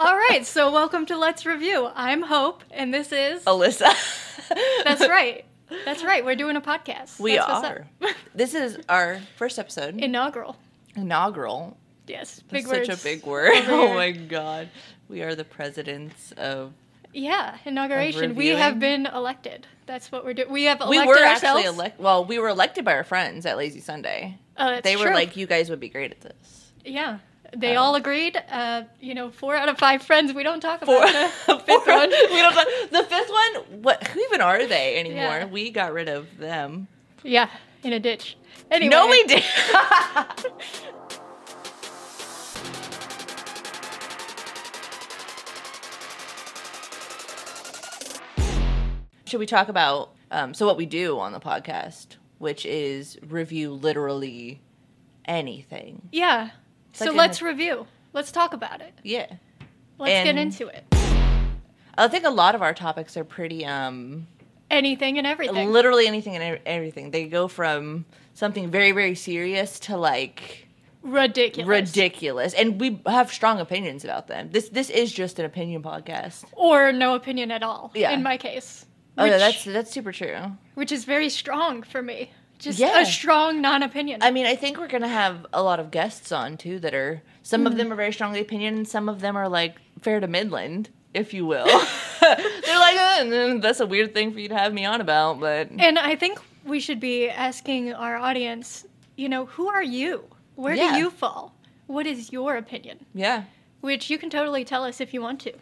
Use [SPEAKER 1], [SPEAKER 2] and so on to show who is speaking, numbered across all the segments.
[SPEAKER 1] All right, so welcome to Let's Review. I'm Hope, and this is.
[SPEAKER 2] Alyssa.
[SPEAKER 1] That's right. That's right. We're doing a podcast.
[SPEAKER 2] We
[SPEAKER 1] That's what's up.
[SPEAKER 2] are. this is our first episode.
[SPEAKER 1] Inaugural.
[SPEAKER 2] Inaugural.
[SPEAKER 1] Yes.
[SPEAKER 2] That's
[SPEAKER 1] Big words.
[SPEAKER 2] such a big word.
[SPEAKER 1] over
[SPEAKER 2] Oh
[SPEAKER 1] here.
[SPEAKER 2] my god. We are the presidents of.
[SPEAKER 1] Yeah, inauguration. We
[SPEAKER 2] reviewing.
[SPEAKER 1] have been elected. That's what we're doing. We have
[SPEAKER 2] We
[SPEAKER 1] elected
[SPEAKER 2] were
[SPEAKER 1] ourselves.
[SPEAKER 2] actually elected. Well, we were elected by our friends at Lazy Sunday.
[SPEAKER 1] Uh, it's
[SPEAKER 2] they were
[SPEAKER 1] true.
[SPEAKER 2] like, "You guys would be great at this."
[SPEAKER 1] yeah. They
[SPEAKER 2] um,
[SPEAKER 1] all agreed. Uh, you know, four out of five friends. We don't talk
[SPEAKER 2] Four,
[SPEAKER 1] about the fifth
[SPEAKER 2] four-
[SPEAKER 1] one.
[SPEAKER 2] We don't. know- The fifth one. What? Who even are they anymore?
[SPEAKER 1] Yeah.
[SPEAKER 2] We got rid of them.
[SPEAKER 1] Yeah, in a ditch. Anyway,
[SPEAKER 2] No, we did. Should we talk about um, so what we do on the podcast, which is review literally anything?
[SPEAKER 1] Yeah. So
[SPEAKER 2] like in
[SPEAKER 1] let's
[SPEAKER 2] the-
[SPEAKER 1] review. Let's talk about it.
[SPEAKER 2] Yeah,
[SPEAKER 1] Let's get
[SPEAKER 2] And-
[SPEAKER 1] into it.
[SPEAKER 2] I think a lot of our topics are pretty um,
[SPEAKER 1] Anything and everything.
[SPEAKER 2] literally anything and ev- everything. They go from something very very serious to like
[SPEAKER 1] Ridiculous.
[SPEAKER 2] ridiculous and we have strong opinions about them this this is just an opinion podcast
[SPEAKER 1] or no opinion at all.
[SPEAKER 2] Yeah.
[SPEAKER 1] In my case.
[SPEAKER 2] oh
[SPEAKER 1] which,
[SPEAKER 2] no, that's that's super true
[SPEAKER 1] which is very strong for me. Just
[SPEAKER 2] Yeah.
[SPEAKER 1] a strong non-opinion.
[SPEAKER 2] i mean i think we're gonna have a lot of guests on too that are some of them are very strongly opinion and some of them are like fair to midland if you will they're like "Uh, that's a weird thing for you to have me on about but
[SPEAKER 1] And I think we should be asking our audience, you know, who are you? Where
[SPEAKER 2] Yeah.
[SPEAKER 1] do you fall? What is your opinion?
[SPEAKER 2] yeah
[SPEAKER 1] Which you can totally tell us if you want to.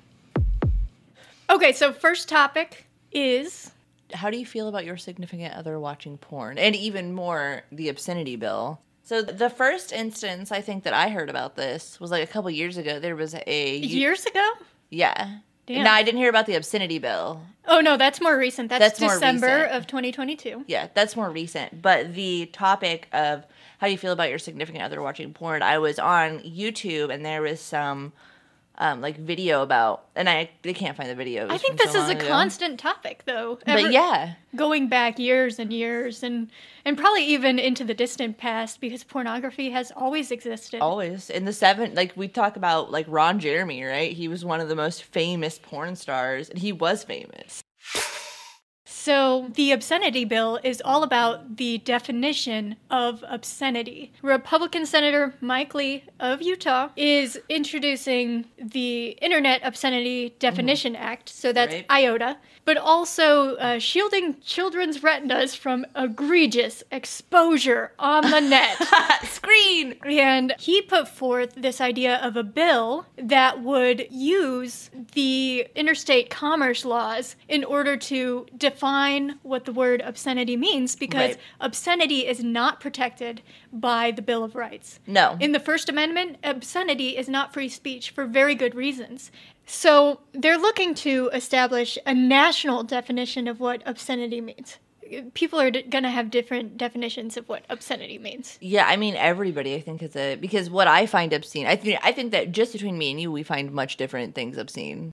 [SPEAKER 1] Okay, so first topic is
[SPEAKER 2] how do you feel about your significant other watching porn and even more the obscenity bill so the first instance i think that i heard about this was like a couple years ago there was a
[SPEAKER 1] years ago?
[SPEAKER 2] Yeah.
[SPEAKER 1] Damn.
[SPEAKER 2] No, I didn't hear about the obscenity bill.
[SPEAKER 1] Oh no, that's more recent. That's,
[SPEAKER 2] That's more
[SPEAKER 1] December
[SPEAKER 2] recent.
[SPEAKER 1] of 2022.
[SPEAKER 2] Yeah, that's more recent. But the topic of how you feel about your significant other watching porn, I was on YouTube and there was some um, like video about, and I they can't find the video. It
[SPEAKER 1] I
[SPEAKER 2] was
[SPEAKER 1] think
[SPEAKER 2] from
[SPEAKER 1] this
[SPEAKER 2] so
[SPEAKER 1] is a
[SPEAKER 2] long ago.
[SPEAKER 1] constant topic though. Ever-
[SPEAKER 2] But yeah,
[SPEAKER 1] going back years and years and and probably even into the distant past because pornography has always existed.
[SPEAKER 2] always in the seven. Like we talk about like Ron Jeremy, right? He was one of the most famous porn stars, and he was famous.
[SPEAKER 1] So, the obscenity bill is all about the definition of obscenity. Republican Senator Mike Lee of Utah is introducing the Internet Obscenity Definition Act, so that's
[SPEAKER 2] Right.
[SPEAKER 1] IOTA, but also uh, shielding children's retinas from egregious exposure on the net.
[SPEAKER 2] Screen.
[SPEAKER 1] And he put forth this idea of a bill that would use the interstate commerce laws in order to define what the word obscenity means because
[SPEAKER 2] Right.
[SPEAKER 1] obscenity is not protected by the Bill of Rights.
[SPEAKER 2] No.
[SPEAKER 1] In the First Amendment, obscenity is not free speech for very good reasons. So they're looking to establish a national definition of what obscenity means. People are d- going to have different definitions of what obscenity means.
[SPEAKER 2] Yeah, I mean everybody. I think is a because what I find obscene. I think I think that just between me and you, we find much different things obscene.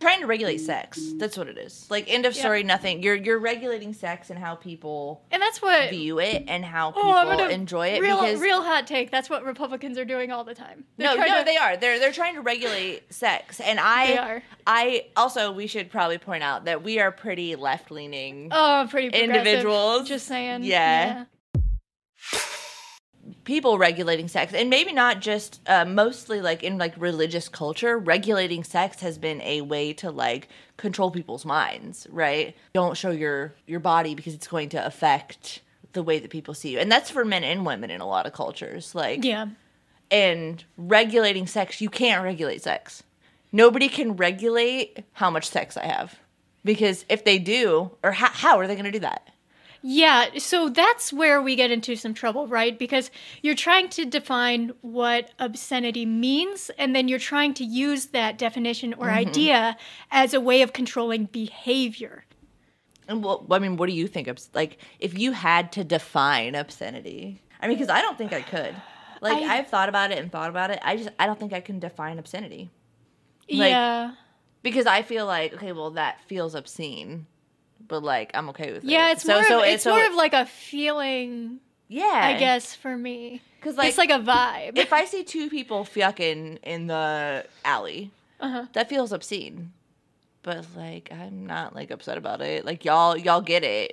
[SPEAKER 2] Trying to regulate sex. That's what it is. Like end of
[SPEAKER 1] Yeah.
[SPEAKER 2] story. Nothing. You're you're regulating sex and how people
[SPEAKER 1] And that's what
[SPEAKER 2] view it and how people
[SPEAKER 1] Oh, I'm gonna
[SPEAKER 2] enjoy it.
[SPEAKER 1] Real,
[SPEAKER 2] because
[SPEAKER 1] real hot take. That's what Republicans are doing all the time. They're
[SPEAKER 2] no,
[SPEAKER 1] trying
[SPEAKER 2] no,
[SPEAKER 1] to-
[SPEAKER 2] they are. They're they're trying to regulate sex. And I
[SPEAKER 1] They are.
[SPEAKER 2] I also we should probably point out that we are pretty left leaning.
[SPEAKER 1] oh, pretty progressive.
[SPEAKER 2] Individuals.
[SPEAKER 1] Just saying.
[SPEAKER 2] Yeah. people regulating sex and maybe not just uh, mostly like in like religious culture regulating sex has been a way to like control people's minds right don't show your your body because it's going to affect the way that people see you and that's for men and women in a lot of cultures like
[SPEAKER 1] Yeah.
[SPEAKER 2] and regulating sex you can't regulate sex nobody can regulate how much sex i have because if they do or how, how are they going to do that
[SPEAKER 1] Yeah. So that's where we get into some trouble, right? Because you're trying to define what obscenity means, and then you're trying to use that definition or
[SPEAKER 2] Mm-hmm.
[SPEAKER 1] idea as a way of controlling behavior.
[SPEAKER 2] And well, I mean, what do you think? Obs- like, if you had to define obscenity, I mean, because I don't think I could. Like,
[SPEAKER 1] I-
[SPEAKER 2] I've thought about it and thought about it. I just, I don't think I can define obscenity Like-
[SPEAKER 1] yeah.
[SPEAKER 2] because I feel like, okay, well, that feels obscene, but like, I'm okay with it.
[SPEAKER 1] Yeah. It's
[SPEAKER 2] So-
[SPEAKER 1] more.
[SPEAKER 2] so
[SPEAKER 1] of,
[SPEAKER 2] it-
[SPEAKER 1] it's
[SPEAKER 2] so
[SPEAKER 1] more
[SPEAKER 2] it-
[SPEAKER 1] of like a feeling.
[SPEAKER 2] Yeah.
[SPEAKER 1] I guess for me.
[SPEAKER 2] 'Cause,
[SPEAKER 1] it's like a vibe.
[SPEAKER 2] if I see two people fucking in the alley,
[SPEAKER 1] Uh-huh.
[SPEAKER 2] that feels obscene. But like, I'm not like upset about it. Like y'all, y'all get it.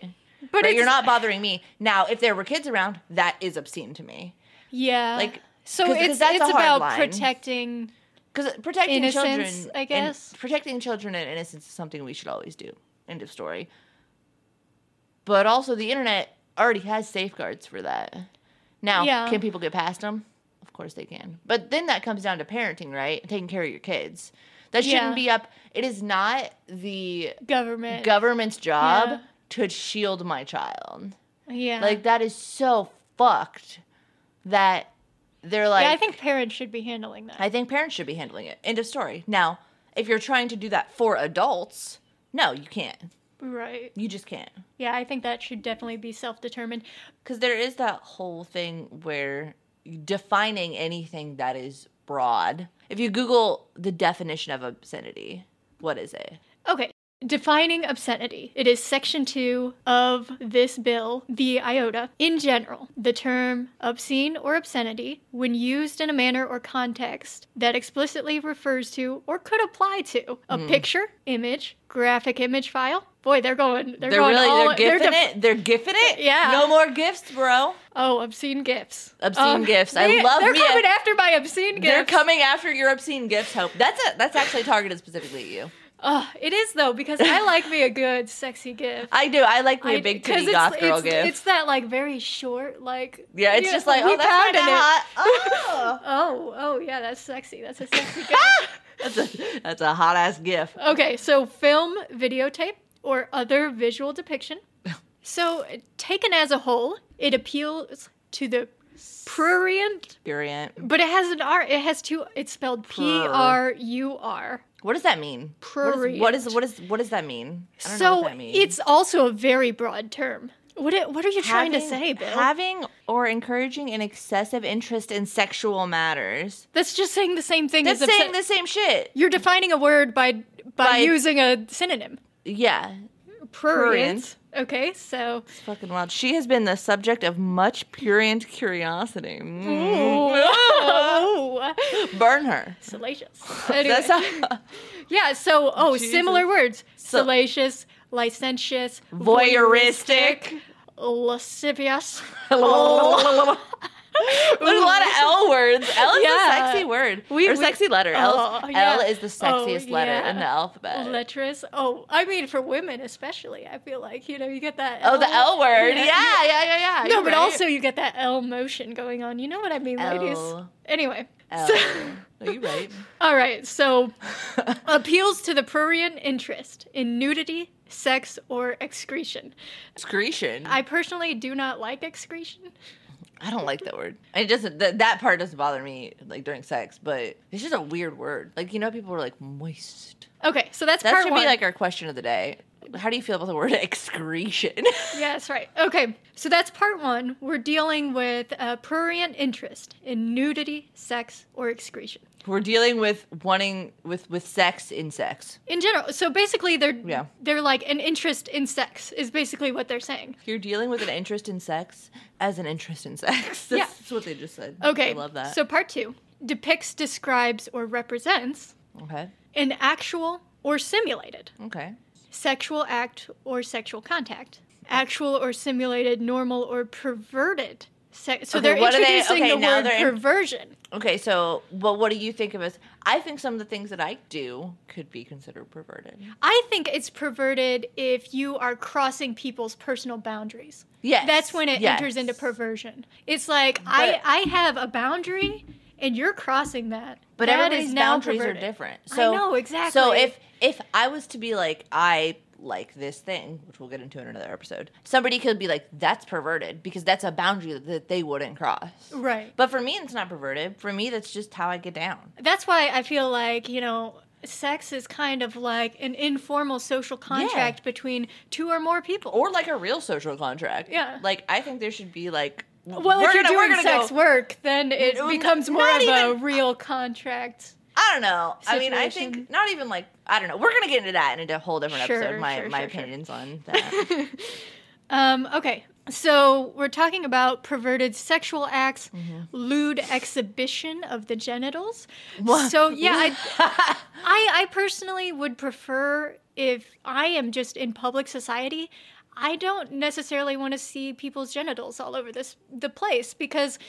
[SPEAKER 2] But
[SPEAKER 1] it's-
[SPEAKER 2] you're not bothering me. Now, if there were kids around, that is obscene to me.
[SPEAKER 1] Yeah.
[SPEAKER 2] like,
[SPEAKER 1] so
[SPEAKER 2] 'cause- 'cause
[SPEAKER 1] it's
[SPEAKER 2] that's a
[SPEAKER 1] it's
[SPEAKER 2] hard
[SPEAKER 1] about
[SPEAKER 2] line.
[SPEAKER 1] protecting
[SPEAKER 2] Because protecting
[SPEAKER 1] Innocence,
[SPEAKER 2] children,
[SPEAKER 1] I
[SPEAKER 2] and-
[SPEAKER 1] guess.
[SPEAKER 2] protecting children and innocence is something we should always do. End of story. But also, the internet already has safeguards for that. Now,
[SPEAKER 1] Yeah.
[SPEAKER 2] can people get past them? Of course they can. But then that comes down to parenting, right? Taking care of your kids. That
[SPEAKER 1] Yeah.
[SPEAKER 2] shouldn't be up. It is not the
[SPEAKER 1] government.
[SPEAKER 2] government's job
[SPEAKER 1] Yeah.
[SPEAKER 2] to shield my child.
[SPEAKER 1] yeah.
[SPEAKER 2] Like that is so fucked that they're like
[SPEAKER 1] yeah, I think parents should be handling that.
[SPEAKER 2] I think parents should be handling it. End of story. Now, if you're trying to do that for adults, no, you can't.
[SPEAKER 1] right.
[SPEAKER 2] You just can't.
[SPEAKER 1] Yeah, I think that should definitely be self-determined.
[SPEAKER 2] Because there is that whole thing where defining anything that is broad. If you Google the definition of obscenity, what is it?
[SPEAKER 1] Okay. Defining obscenity. It is section two of this bill, the IOTA. In general, the term obscene or obscenity, when used in a manner or context that explicitly refers to or could apply to
[SPEAKER 2] Mm-hmm.
[SPEAKER 1] a picture, image, graphic image file. Boy, they're going. They're,
[SPEAKER 2] They're,
[SPEAKER 1] going
[SPEAKER 2] really
[SPEAKER 1] all.
[SPEAKER 2] they're gifting
[SPEAKER 1] def-
[SPEAKER 2] it. They're gifting it.
[SPEAKER 1] Yeah.
[SPEAKER 2] No more gifts, bro.
[SPEAKER 1] Oh, obscene gifts.
[SPEAKER 2] Obscene gifts. I
[SPEAKER 1] they-
[SPEAKER 2] love
[SPEAKER 1] They're
[SPEAKER 2] me a-
[SPEAKER 1] coming after my obscene gifts.
[SPEAKER 2] They're coming after your obscene gifts. Hope that's a, that's actually targeted specifically at you.
[SPEAKER 1] Ugh, it is though because I like me a good sexy gift.
[SPEAKER 2] I do. I like me
[SPEAKER 1] I-
[SPEAKER 2] a big
[SPEAKER 1] 'cause
[SPEAKER 2] titty
[SPEAKER 1] it's-
[SPEAKER 2] goth girl
[SPEAKER 1] it's,
[SPEAKER 2] gift.
[SPEAKER 1] It's that like very short, like
[SPEAKER 2] yeah, it's just like
[SPEAKER 1] we
[SPEAKER 2] oh, that's
[SPEAKER 1] pounded
[SPEAKER 2] kinda
[SPEAKER 1] it.
[SPEAKER 2] hot. Oh.
[SPEAKER 1] Oh, oh yeah, that's sexy. That's a sexy gift.
[SPEAKER 2] That's
[SPEAKER 1] Oh.
[SPEAKER 2] a, that's a hot ass gif.
[SPEAKER 1] okay, so film, videotape, or other visual depiction. So taken as a whole, it appeals to the prurient,
[SPEAKER 2] Prurient.
[SPEAKER 1] but it has an R. It has two. It's spelled P R U R.
[SPEAKER 2] What does that mean? What is, what is what is what does that mean? I don't know
[SPEAKER 1] So
[SPEAKER 2] what that means.
[SPEAKER 1] it's also a very broad term. What it, What are you trying to
[SPEAKER 2] Having-
[SPEAKER 1] say, Bill?
[SPEAKER 2] Having or encouraging an excessive interest in sexual matters.
[SPEAKER 1] That's just saying the same thing
[SPEAKER 2] That's
[SPEAKER 1] as
[SPEAKER 2] saying
[SPEAKER 1] obscen-
[SPEAKER 2] the same shit.
[SPEAKER 1] You're defining a word by by,
[SPEAKER 2] By-
[SPEAKER 1] using a synonym.
[SPEAKER 2] Yeah.
[SPEAKER 1] Prurient.
[SPEAKER 2] Prurient.
[SPEAKER 1] Okay, so
[SPEAKER 2] It's fucking wild. She has been the subject of much prurient curiosity. Mm.
[SPEAKER 1] oh,
[SPEAKER 2] Burn her.
[SPEAKER 1] salacious. Anyway.
[SPEAKER 2] That's how-
[SPEAKER 1] yeah, so oh,
[SPEAKER 2] Jesus.
[SPEAKER 1] similar words:
[SPEAKER 2] So-
[SPEAKER 1] salacious, licentious,
[SPEAKER 2] Voyeuristic.
[SPEAKER 1] voyeuristic, lascivious. Oh.
[SPEAKER 2] There's a lot of L words. L is
[SPEAKER 1] Yeah.
[SPEAKER 2] a sexy word.
[SPEAKER 1] We-
[SPEAKER 2] or
[SPEAKER 1] we-
[SPEAKER 2] sexy letter.
[SPEAKER 1] Oh,
[SPEAKER 2] L,
[SPEAKER 1] yeah.
[SPEAKER 2] L is the
[SPEAKER 1] Oh,
[SPEAKER 2] sexiest letter in
[SPEAKER 1] yeah.
[SPEAKER 2] the alphabet.
[SPEAKER 1] Lecherous. Oh, I mean, for women especially, I feel like you know you get that.
[SPEAKER 2] Oh, the L word. Yeah, yeah, yeah, yeah.
[SPEAKER 1] No,
[SPEAKER 2] You're
[SPEAKER 1] but
[SPEAKER 2] right.
[SPEAKER 1] also you get that L motion going on. You know what I mean, ladies.
[SPEAKER 2] L.
[SPEAKER 1] Anyway,
[SPEAKER 2] L.
[SPEAKER 1] so-
[SPEAKER 2] no, you're right.
[SPEAKER 1] all right. So appeals to the prurient interest in nudity, sex, or excretion.
[SPEAKER 2] Excretion. I,
[SPEAKER 1] I personally do not like excretion.
[SPEAKER 2] don't like that word. It doesn't. Th- that part doesn't bother me like during sex, but it's just a weird word. Like you know, people are like moist.
[SPEAKER 1] Okay, so that's
[SPEAKER 2] That
[SPEAKER 1] part
[SPEAKER 2] should
[SPEAKER 1] one.
[SPEAKER 2] be like our question of the day. How do you feel about the word excretion?
[SPEAKER 1] yeah, that's right. Okay, so that's part one. We're dealing with uh, prurient interest in nudity, sex, or excretion.
[SPEAKER 2] We're dealing with wanting with with sex in sex.
[SPEAKER 1] In general, so basically they're
[SPEAKER 2] Yeah.
[SPEAKER 1] they're like an interest in sex is basically what they're saying.
[SPEAKER 2] You're dealing with an interest in sex as an interest in sex. That's,
[SPEAKER 1] Yeah.
[SPEAKER 2] that's what they just said.
[SPEAKER 1] Okay.
[SPEAKER 2] I love that.
[SPEAKER 1] So part two depicts, describes, or represents
[SPEAKER 2] okay.
[SPEAKER 1] an actual or simulated
[SPEAKER 2] Okay.
[SPEAKER 1] sexual act or sexual contact, actual or simulated, normal or perverted. Se- so
[SPEAKER 2] Okay,
[SPEAKER 1] they're
[SPEAKER 2] what are they-
[SPEAKER 1] introducing
[SPEAKER 2] okay,
[SPEAKER 1] the
[SPEAKER 2] now
[SPEAKER 1] word
[SPEAKER 2] they're in-
[SPEAKER 1] perversion.
[SPEAKER 2] Okay, so well, what do you think of us? I think some of the things that I do could be considered perverted.
[SPEAKER 1] I think it's perverted if you are crossing people's personal boundaries.
[SPEAKER 2] Yes,
[SPEAKER 1] That's when it enters
[SPEAKER 2] yes.
[SPEAKER 1] into perversion. It's like I
[SPEAKER 2] But-
[SPEAKER 1] I have a boundary and you're crossing that.
[SPEAKER 2] But
[SPEAKER 1] That
[SPEAKER 2] everybody's
[SPEAKER 1] is now
[SPEAKER 2] boundaries
[SPEAKER 1] perverted.
[SPEAKER 2] are different.
[SPEAKER 1] I
[SPEAKER 2] So
[SPEAKER 1] know,
[SPEAKER 2] So
[SPEAKER 1] exactly.
[SPEAKER 2] if if I was to be like I like this thing, which we'll get into in another episode, somebody could be like that's perverted because that's a boundary that they wouldn't cross.
[SPEAKER 1] Right.
[SPEAKER 2] But for me, it's not perverted. For me, that's just how I get down.
[SPEAKER 1] That's why I feel like, you know, sex is kind of like an informal social contract between two or more people.
[SPEAKER 2] Or like a real social contract.
[SPEAKER 1] Yeah.
[SPEAKER 2] Like I think there should be like
[SPEAKER 1] well, if
[SPEAKER 2] we're
[SPEAKER 1] you're
[SPEAKER 2] gonna- we're
[SPEAKER 1] doing
[SPEAKER 2] gonna
[SPEAKER 1] sex
[SPEAKER 2] go-
[SPEAKER 1] work, then it
[SPEAKER 2] No,
[SPEAKER 1] becomes more of
[SPEAKER 2] not
[SPEAKER 1] a
[SPEAKER 2] even-
[SPEAKER 1] real contract.
[SPEAKER 2] I don't know. I mean, I
[SPEAKER 1] situation.
[SPEAKER 2] think not even like I don't know. We're gonna get into that in a whole different
[SPEAKER 1] Sure,
[SPEAKER 2] episode. My
[SPEAKER 1] sure,
[SPEAKER 2] my
[SPEAKER 1] sure, sure.
[SPEAKER 2] opinions on that.
[SPEAKER 1] Um, okay. So we're talking about perverted sexual acts, lewd exhibition of the genitals. So yeah, I, I I personally would prefer if I am just in public society. I don't necessarily want to see people's genitals all over this the place because,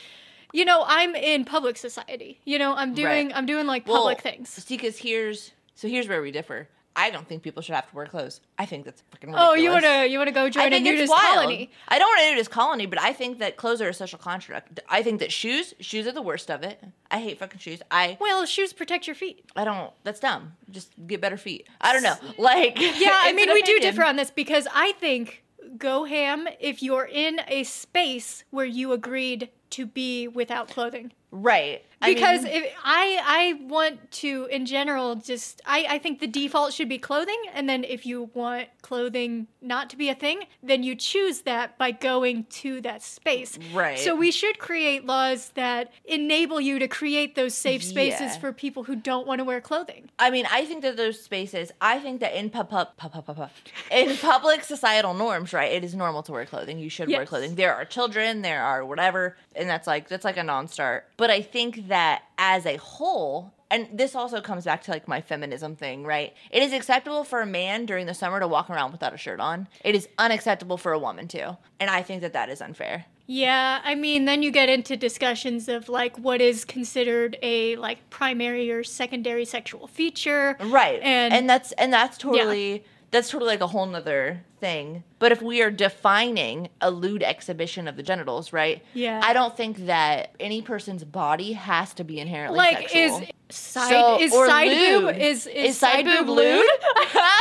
[SPEAKER 1] you know, I'm in public society. You know, I'm doing I'm doing like public things.
[SPEAKER 2] See, because here's so here's where we differ. I don't think people should have to wear clothes. I think that's fucking ridiculous.
[SPEAKER 1] Oh, you wanna you wanna go join a nudist colony?
[SPEAKER 2] I don't want a nudist colony, but I think that clothes are a social construct. I think that shoes, shoes are the worst of it. I hate fucking shoes. I
[SPEAKER 1] Well, shoes protect your feet.
[SPEAKER 2] I don't. That's dumb. Just get better feet. I don't know. Like
[SPEAKER 1] Yeah, I
[SPEAKER 2] it's
[SPEAKER 1] mean,
[SPEAKER 2] an
[SPEAKER 1] we do
[SPEAKER 2] opinion.
[SPEAKER 1] differ on this because I think go ham if you're in a space where you agreed to be without clothing.
[SPEAKER 2] right I
[SPEAKER 1] Because
[SPEAKER 2] mean,
[SPEAKER 1] if I I want to in general just I, I think the default should be clothing and then if you want clothing not to be a thing, then you choose that by going to that space.
[SPEAKER 2] Right.
[SPEAKER 1] So we should create laws that enable you to create those safe spaces
[SPEAKER 2] Yeah.
[SPEAKER 1] for people who don't want to wear clothing.
[SPEAKER 2] I mean, I think that those spaces. I think that in pub, pub, pub, pub, pub, pub- in public societal norms, right? It is normal to wear clothing. You should wear
[SPEAKER 1] Yes.
[SPEAKER 2] clothing. There are children. There are whatever, and that's like that's like a non-start. But I think that as a whole. And this also comes back to like my feminism thing, right? It is acceptable for a man during the summer to walk around without a shirt on. It is unacceptable for a woman too. And I think that that is unfair.
[SPEAKER 1] Yeah, I mean, then you get into discussions of like what is considered a like primary or secondary sexual feature.
[SPEAKER 2] right
[SPEAKER 1] And,
[SPEAKER 2] and, that's and that's totally that's totally like a whole nother thing but if we are defining a lewd exhibition of the genitals right
[SPEAKER 1] Yeah.
[SPEAKER 2] i don't think that any person's body has to be inherently
[SPEAKER 1] like
[SPEAKER 2] sexual.
[SPEAKER 1] is side
[SPEAKER 2] So-
[SPEAKER 1] is
[SPEAKER 2] or
[SPEAKER 1] side
[SPEAKER 2] lewd.
[SPEAKER 1] boob is, is
[SPEAKER 2] Is side boob lewd?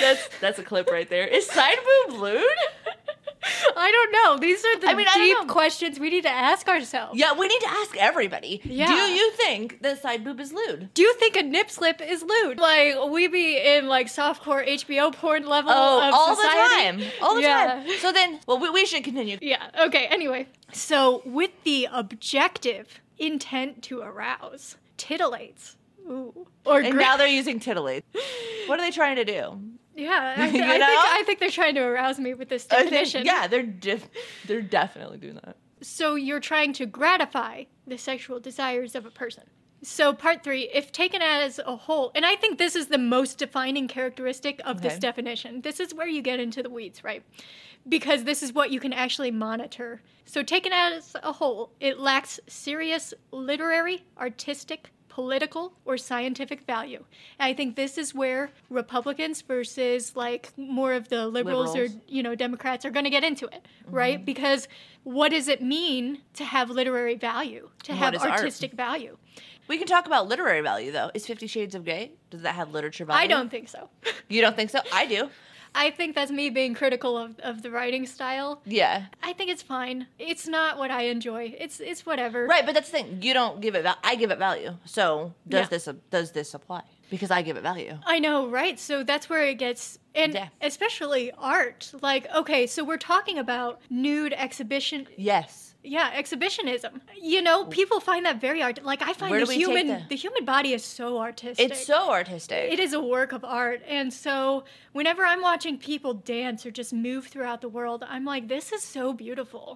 [SPEAKER 2] that's that's a clip right there is side boob lewd
[SPEAKER 1] I don't know. These are the
[SPEAKER 2] I mean, I don't
[SPEAKER 1] deep
[SPEAKER 2] know.
[SPEAKER 1] questions we need to ask ourselves.
[SPEAKER 2] yeah we need to ask everybody
[SPEAKER 1] Yeah.
[SPEAKER 2] do you think that side boob is lewd
[SPEAKER 1] Do you think a nip slip is lewd? Like we be in like softcore HBO porn level
[SPEAKER 2] Oh,
[SPEAKER 1] of
[SPEAKER 2] all
[SPEAKER 1] society?
[SPEAKER 2] the time. All the
[SPEAKER 1] Yeah.
[SPEAKER 2] time. So then, well, we, we should continue.
[SPEAKER 1] Yeah. Okay. Anyway, so with the objective intent to arouse, titillates. Ooh. Or
[SPEAKER 2] And
[SPEAKER 1] gra-
[SPEAKER 2] now they're using titillates. What are they trying to do?
[SPEAKER 1] yeah, I, th-
[SPEAKER 2] You
[SPEAKER 1] I think
[SPEAKER 2] know?
[SPEAKER 1] I think they're trying to arouse me with this
[SPEAKER 2] I think-
[SPEAKER 1] definition.
[SPEAKER 2] yeah, they're def- they're definitely doing that.
[SPEAKER 1] So you're trying to gratify the sexual desires of a person. So part three, if taken as a whole, and I think this is the most defining characteristic of this
[SPEAKER 2] Okay.
[SPEAKER 1] definition. This is where you get into the weeds, right? Because this is what you can actually monitor. So taken as a whole, it lacks serious literary, artistic, political, or scientific value. And I think this is where Republicans versus like more of the liberals, liberals.
[SPEAKER 2] Liberals. Mm-hmm.
[SPEAKER 1] or you know democrats are going to get into it right because what does it mean to have literary value to
[SPEAKER 2] What
[SPEAKER 1] have
[SPEAKER 2] is art?
[SPEAKER 1] artistic value
[SPEAKER 2] We can talk about literary value though. Is Fifty Shades of Grey? Does that have literature value?
[SPEAKER 1] i don't think so
[SPEAKER 2] You don't think so? I do.
[SPEAKER 1] i think that's me being critical of, of the writing style
[SPEAKER 2] Yeah.
[SPEAKER 1] i think it's fine it's not what i enjoy it's it's whatever
[SPEAKER 2] Right, but that's the thing. You don't give it. Val- I give it value. So does
[SPEAKER 1] Yeah.
[SPEAKER 2] this does this apply? Because I give it value.
[SPEAKER 1] I know, right? So that's where it gets, and
[SPEAKER 2] Yeah.
[SPEAKER 1] especially art. Like, okay, so we're talking about nude exhibition,
[SPEAKER 2] Yes.
[SPEAKER 1] Yeah, exhibitionism. You know, people find that very art. Like I find
[SPEAKER 2] Where do
[SPEAKER 1] the
[SPEAKER 2] we take
[SPEAKER 1] human
[SPEAKER 2] that?
[SPEAKER 1] the human body is so artistic.
[SPEAKER 2] It's so artistic.
[SPEAKER 1] it is a work of art. And so whenever I'm watching people dance or just move throughout the world, I'm like this is so beautiful.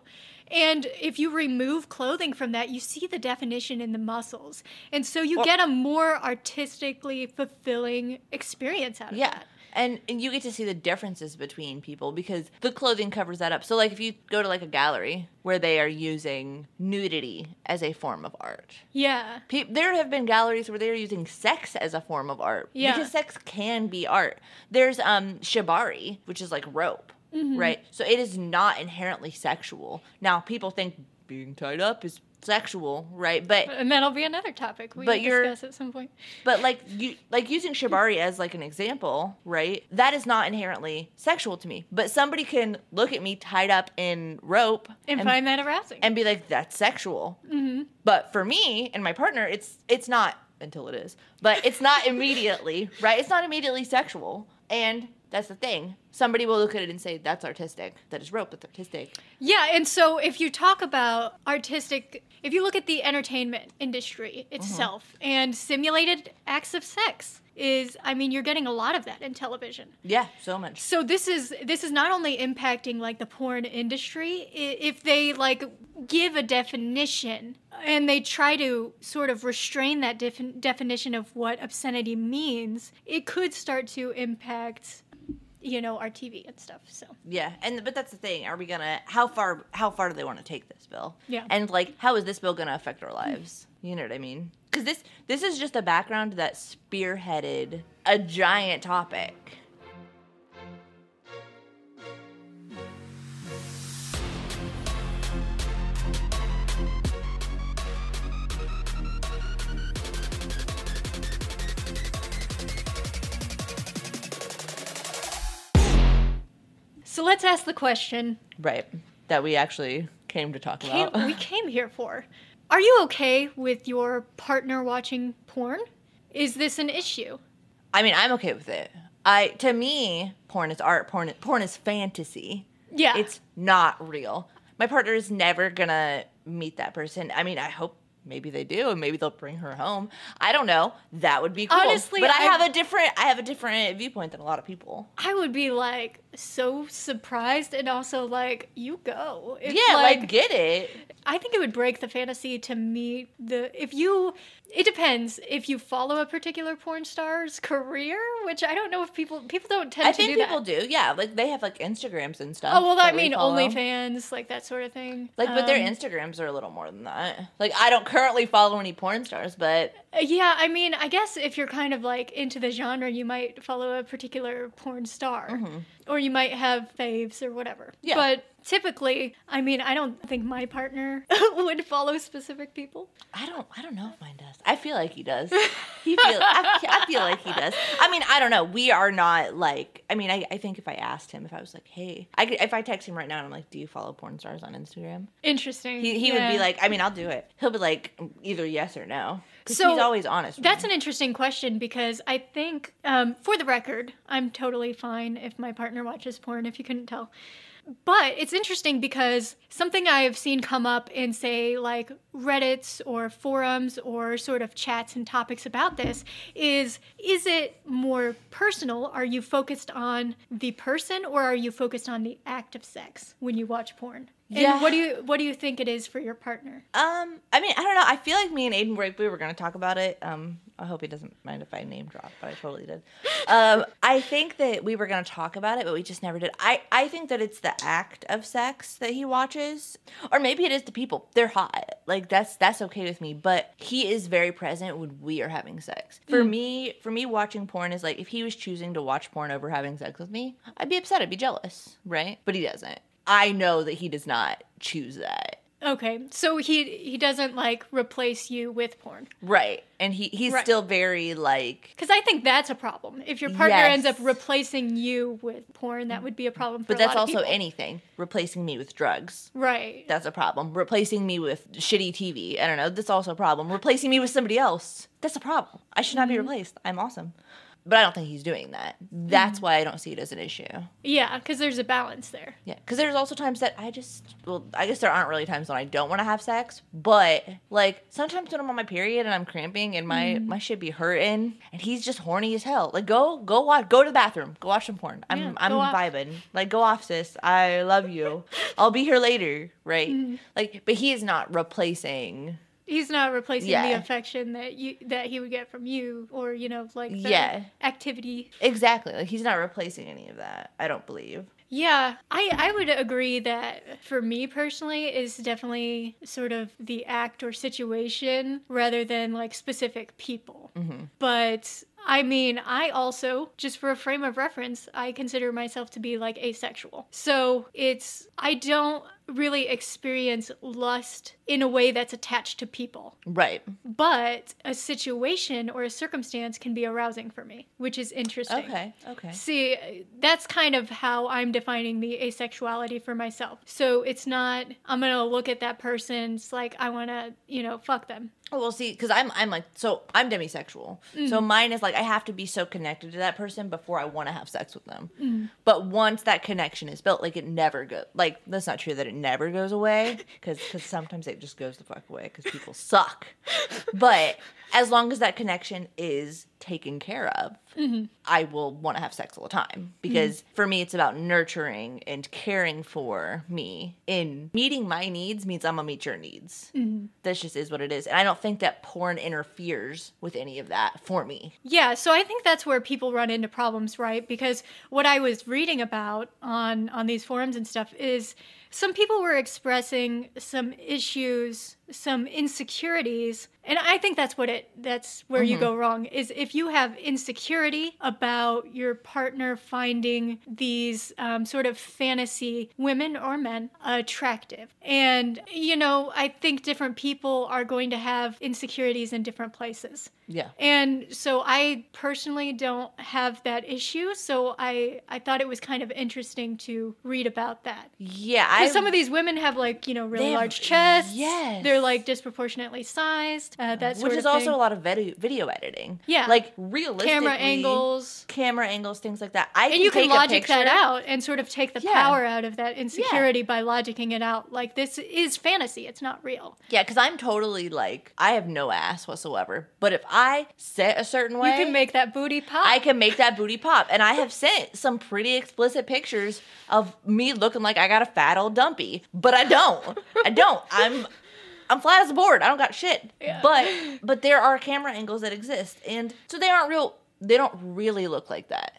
[SPEAKER 1] And if you remove clothing from that, you see the definition in the muscles. And so you
[SPEAKER 2] Well-
[SPEAKER 1] get a more artistically fulfilling experience out of
[SPEAKER 2] Yeah.
[SPEAKER 1] that.
[SPEAKER 2] And, and you get to see the differences between people because the clothing covers that up. So like if you go to like a gallery where they are using nudity as a form of art,
[SPEAKER 1] Yeah.
[SPEAKER 2] Pe- there have been galleries where they're using sex as a form of art
[SPEAKER 1] Yeah.
[SPEAKER 2] because sex can be art there's um shibari which is like rope right so it is not inherently sexual now people think being tied up is sexual right but
[SPEAKER 1] And that'll be another topic we
[SPEAKER 2] But
[SPEAKER 1] can
[SPEAKER 2] you're-
[SPEAKER 1] discuss at some point.
[SPEAKER 2] but like you like using shibari as like an example right that is not inherently sexual to me but somebody can look at me tied up in rope
[SPEAKER 1] And, find that arousing.
[SPEAKER 2] and be like that's sexual
[SPEAKER 1] Mm-hmm.
[SPEAKER 2] but for me and my partner it's it's not until it is but it's not immediately right it's not immediately sexual and that's the thing somebody will look at it and say that's artistic that is rope that's artistic
[SPEAKER 1] Yeah, and so if you talk about artistic, if you look at the entertainment industry itself and simulated acts of sex, is I mean, you're getting a lot of that in television.
[SPEAKER 2] Yeah, so much.
[SPEAKER 1] So this is this is not only impacting like the porn industry i- if they like give a definition and they try to sort of restrain that defin definition of what obscenity means, it could start to impact you know our TV and stuff. So
[SPEAKER 2] Yeah, and but that's the thing. Are we gonna how far how far do they want to take this bill?
[SPEAKER 1] Yeah.
[SPEAKER 2] and like how is this bill gonna affect our lives? You know what I mean? Because this this is just a background that spearheaded a giant topic.
[SPEAKER 1] so let's ask the question
[SPEAKER 2] Right. That we actually came to talk
[SPEAKER 1] came,
[SPEAKER 2] about.
[SPEAKER 1] we came here for. Are you okay with your partner watching porn? Is this an issue?
[SPEAKER 2] I mean, I'm okay with it. I to me, porn is art. Porn porn is fantasy.
[SPEAKER 1] Yeah.
[SPEAKER 2] It's not real. My partner is never gonna meet that person. I mean, I hope maybe they do, and maybe they'll bring her home. I don't know. That would be cool.
[SPEAKER 1] Honestly,
[SPEAKER 2] but I,
[SPEAKER 1] I-
[SPEAKER 2] have a different I have a different viewpoint than a lot of people.
[SPEAKER 1] I would be like so surprised and also like you go. If,
[SPEAKER 2] yeah, like, get it.
[SPEAKER 1] I think it would break the fantasy to me. The if you, it depends if you follow a particular porn star's career, which I don't know if people people don't tend
[SPEAKER 2] I
[SPEAKER 1] to
[SPEAKER 2] think
[SPEAKER 1] do
[SPEAKER 2] people
[SPEAKER 1] that.
[SPEAKER 2] do. Yeah, like they have like Instagrams and stuff.
[SPEAKER 1] Oh well, I
[SPEAKER 2] we
[SPEAKER 1] mean
[SPEAKER 2] follow.
[SPEAKER 1] OnlyFans, like that sort of thing.
[SPEAKER 2] Like, but their
[SPEAKER 1] Um,
[SPEAKER 2] Instagrams are a little more than that. Like, I don't currently follow any porn stars, but
[SPEAKER 1] Yeah, I mean, I guess if you're kind of like into the genre, you might follow a particular porn star or you might have faves or whatever.
[SPEAKER 2] Mm-hmm. Yeah.
[SPEAKER 1] But typically, I mean, I don't think my partner would follow specific people.
[SPEAKER 2] I don't. I don't know if mine does. I feel like he does. He feel. I, fe- I feel like he does. I mean, I don't know. We are not like. I mean, I, I think if I asked him, if I was like, hey, I could, if I text him right now and I'm like, do you follow porn stars on Instagram?
[SPEAKER 1] Interesting.
[SPEAKER 2] He he would
[SPEAKER 1] Yeah.
[SPEAKER 2] be like, I mean, I'll do it. He'll be like, either yes or no. Because
[SPEAKER 1] So,
[SPEAKER 2] he's always honest. with
[SPEAKER 1] That's
[SPEAKER 2] me.
[SPEAKER 1] an interesting question because I think, um, for the record, I'm totally fine if my partner watches porn, if you couldn't tell. But it's interesting because something I have seen come up in, say, like Reddits or forums or sort of chats and topics about this is is it more personal? Are you focused on the person or are you focused on the act of sex when you watch porn?
[SPEAKER 2] Yeah.
[SPEAKER 1] And what do you what do you think it is for your partner?
[SPEAKER 2] um. I mean, I don't know. I feel like me and Aiden were we were gonna talk about it. Um. I hope he doesn't mind if I name drop, but I totally did. Um. I think that we were gonna talk about it, but we just never did. I I think that it's the act of sex that he watches, or maybe it is the people. They're hot. Like that's that's okay with me. But he is very present when we are having sex. For me, for me, watching porn is like if he was choosing to watch porn over having sex with me, I'd be upset. I'd be jealous, right? But he doesn't. I know that he does not choose that.
[SPEAKER 1] Okay. So he he doesn't like replace you with porn.
[SPEAKER 2] Right. And he he's
[SPEAKER 1] Right.
[SPEAKER 2] still very like
[SPEAKER 1] Because I think that's a problem. If your partner
[SPEAKER 2] Yes.
[SPEAKER 1] ends up replacing you with porn, that would be a problem for
[SPEAKER 2] but
[SPEAKER 1] a
[SPEAKER 2] that's
[SPEAKER 1] lot of
[SPEAKER 2] also
[SPEAKER 1] people.
[SPEAKER 2] anything. Replacing me with drugs.
[SPEAKER 1] right.
[SPEAKER 2] That's a problem. Replacing me with shitty TV. I don't know. That's also a problem. Replacing me with somebody else. That's a problem. I should not be
[SPEAKER 1] Mm-hmm.
[SPEAKER 2] replaced. I'm awesome. But I don't think he's doing that. That's
[SPEAKER 1] Mm-hmm.
[SPEAKER 2] why I don't see it as an issue.
[SPEAKER 1] yeah, because there's a balance there.
[SPEAKER 2] Yeah. Because there's also times that I just, well, I guess there aren't really times when I don't want to have sex, but like sometimes when I'm on my period and I'm cramping and my,
[SPEAKER 1] Mm-hmm.
[SPEAKER 2] my shit be hurting and he's just horny as hell. Like go, go watch, go to the bathroom, go watch some porn. I'm,
[SPEAKER 1] Yeah,
[SPEAKER 2] I'm
[SPEAKER 1] go off.
[SPEAKER 2] vibing. Like go off sis. I love you. I'll be here later. Right.
[SPEAKER 1] Mm-hmm.
[SPEAKER 2] Like, but he is not replacing.
[SPEAKER 1] He's not replacing the
[SPEAKER 2] Yeah.
[SPEAKER 1] affection that you that he would get from you, or you know, like the
[SPEAKER 2] Yeah.
[SPEAKER 1] activity.
[SPEAKER 2] Exactly. Like he's not replacing any of that. I don't believe.
[SPEAKER 1] Yeah, I I would agree that for me personally is definitely sort of the act or situation rather than like specific people. But I mean, I also, just for a frame of reference, I consider myself to be like asexual. So it's, I don't really experience lust in a way that's attached to people.
[SPEAKER 2] Right.
[SPEAKER 1] But a situation or a circumstance can be arousing for me, which is interesting.
[SPEAKER 2] Okay. Okay.
[SPEAKER 1] See, that's kind of how I'm defining the asexuality for myself. So it's not I'm gonna look at that person. It's like I wanna, you know, fuck them.
[SPEAKER 2] Oh, well, see, because I'm I'm like so I'm demisexual, so mine is like I have to be so connected to that person before I want to have sex with them. But once that connection is built, like it never go like that's not true that it never goes away because sometimes it just goes the fuck away because people suck. But as long as that connection is taken care of, I will want to have sex all the time because for me it's about nurturing and caring for me. In meeting my needs means I'm gonna meet your needs. This just is what it is, and I don't think that porn interferes with any of that for me.
[SPEAKER 1] Yeah, so I think that's where people run into problems, right? Because what I was reading about on on these forums and stuff is some people were expressing some issues, some insecurities, and I think that's what it that's where you go wrong is if you have insecurity about your partner finding these um, sort of fantasy women or men attractive. And you know, I think different people are going to have insecurities in different places.
[SPEAKER 2] Yeah.
[SPEAKER 1] And so I personally don't have that issue, so I I thought it was kind of interesting to read about that.
[SPEAKER 2] Yeah,
[SPEAKER 1] 'Cause
[SPEAKER 2] I
[SPEAKER 1] some of these women have like you know really
[SPEAKER 2] They have-
[SPEAKER 1] large chests.
[SPEAKER 2] yes.
[SPEAKER 1] they're like disproportionately sized. Uh, that sort
[SPEAKER 2] which is
[SPEAKER 1] of
[SPEAKER 2] also
[SPEAKER 1] thing.
[SPEAKER 2] a lot of video, video editing.
[SPEAKER 1] Yeah.
[SPEAKER 2] like realistically,
[SPEAKER 1] camera angles.
[SPEAKER 2] camera angles, things like that. I
[SPEAKER 1] And you can
[SPEAKER 2] take a
[SPEAKER 1] logic that
[SPEAKER 2] picture-
[SPEAKER 1] out and sort of take the
[SPEAKER 2] Yeah.
[SPEAKER 1] power out of that insecurity by logicking it out. Like this is fantasy; it's not real.
[SPEAKER 2] Yeah, because I'm totally like I have no ass whatsoever. But if I sit a certain way,
[SPEAKER 1] You can make that booty pop.
[SPEAKER 2] I can make that booty pop. And I have sent some pretty explicit pictures of me looking like I got a fat old dumpy, but I don't. I don't. I'm I'm flat as a board. I don't got shit.
[SPEAKER 1] Yeah.
[SPEAKER 2] But but there are camera angles that exist, and so they aren't real. They don't really look like that.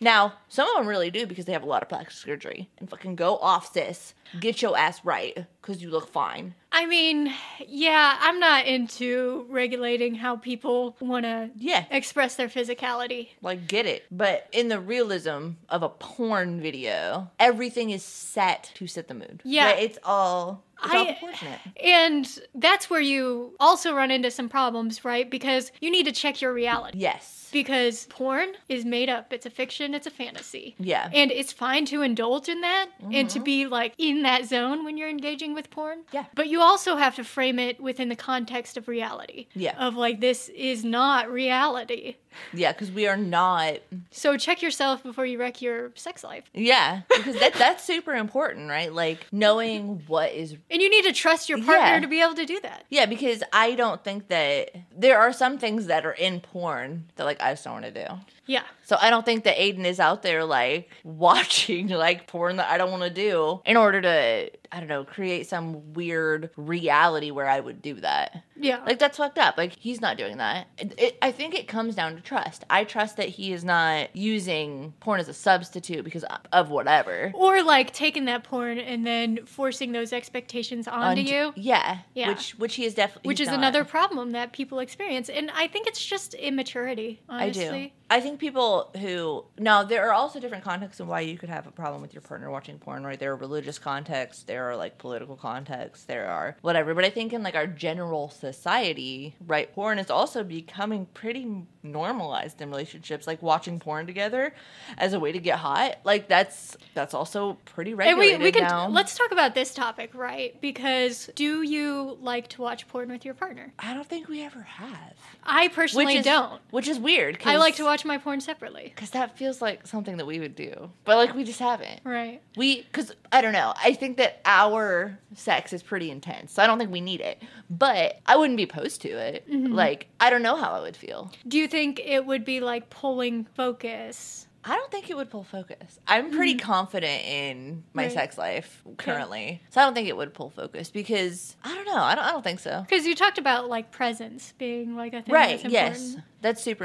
[SPEAKER 2] Now, some of them really do because they have a lot of plastic surgery and fucking go off, sis. Get your ass right because you look fine.
[SPEAKER 1] I mean, yeah, I'm not into regulating how people want to
[SPEAKER 2] Yeah.
[SPEAKER 1] express their physicality.
[SPEAKER 2] Like, get it. But in the realism of a porn video, everything is set to set the mood.
[SPEAKER 1] Yeah.
[SPEAKER 2] Like, it's all, it's all
[SPEAKER 1] I-
[SPEAKER 2] proportionate.
[SPEAKER 1] And that's where you also run into some problems, right? Because you need to check your reality.
[SPEAKER 2] Yes.
[SPEAKER 1] Because porn is made up, it's a fiction, it's a fantasy.
[SPEAKER 2] Yeah. Mm-hmm.
[SPEAKER 1] And it's fine to indulge in that and to be like in that zone when you're engaging with porn.
[SPEAKER 2] Yeah.
[SPEAKER 1] But you also have to frame it within the context of reality.
[SPEAKER 2] Yeah.
[SPEAKER 1] Of like, this is not reality.
[SPEAKER 2] Yeah, because we are not.
[SPEAKER 1] So check yourself before you wreck your sex life.
[SPEAKER 2] Yeah, because that that's super important, right? Like knowing what is
[SPEAKER 1] And you need to trust your partner
[SPEAKER 2] Yeah.
[SPEAKER 1] to be able to do that.
[SPEAKER 2] Yeah, because I don't think that there are some things that are in porn that like I just don't want to do.
[SPEAKER 1] Yeah.
[SPEAKER 2] So I don't think that Aiden is out there like watching like porn that I don't want to do in order to I don't know create some weird reality where I would do that.
[SPEAKER 1] Yeah.
[SPEAKER 2] Like that's fucked up. Like he's not doing that. It, it, I think it comes down to trust. I trust that he is not using porn as a substitute because of whatever.
[SPEAKER 1] or like taking that porn and then forcing those expectations onto
[SPEAKER 2] Unt-
[SPEAKER 1] you.
[SPEAKER 2] Yeah.
[SPEAKER 1] Yeah.
[SPEAKER 2] Which which he is definitely
[SPEAKER 1] Which
[SPEAKER 2] he's
[SPEAKER 1] is
[SPEAKER 2] not.
[SPEAKER 1] another problem that people experience. And I think it's just immaturity, honestly.
[SPEAKER 2] I do. I think people who no, there are also different contexts of why you could have a problem with your partner watching porn. Right? There are religious contexts, there are like political contexts, there are whatever. But I think in like our general society, right, porn is also becoming pretty normalized in relationships. Like watching porn together as a way to get hot, like that's that's also pretty
[SPEAKER 1] And
[SPEAKER 2] regulated
[SPEAKER 1] we, we can
[SPEAKER 2] now.
[SPEAKER 1] let's talk about this topic, right? Because do you like to watch porn with your partner?
[SPEAKER 2] I don't think we ever have.
[SPEAKER 1] I personally
[SPEAKER 2] is,
[SPEAKER 1] don't.
[SPEAKER 2] Which is weird.
[SPEAKER 1] I like to watch my porn separately.
[SPEAKER 2] because that feels like something that we would do, but like we just haven't.
[SPEAKER 1] Right.
[SPEAKER 2] We, because I don't know, I think that our sex is pretty intense. So I don't think we need it, but I wouldn't be opposed to it. Like, I don't know how I would feel.
[SPEAKER 1] Do you think it would be like pulling focus?
[SPEAKER 2] I don't think it would pull focus. I'm pretty confident in my
[SPEAKER 1] Right.
[SPEAKER 2] sex life currently. So I don't think it would pull focus because I don't know. I don't, I don't think so.
[SPEAKER 1] Because you talked about like presence being like a thing
[SPEAKER 2] Right.
[SPEAKER 1] that's
[SPEAKER 2] Yes.
[SPEAKER 1] important.
[SPEAKER 2] That's super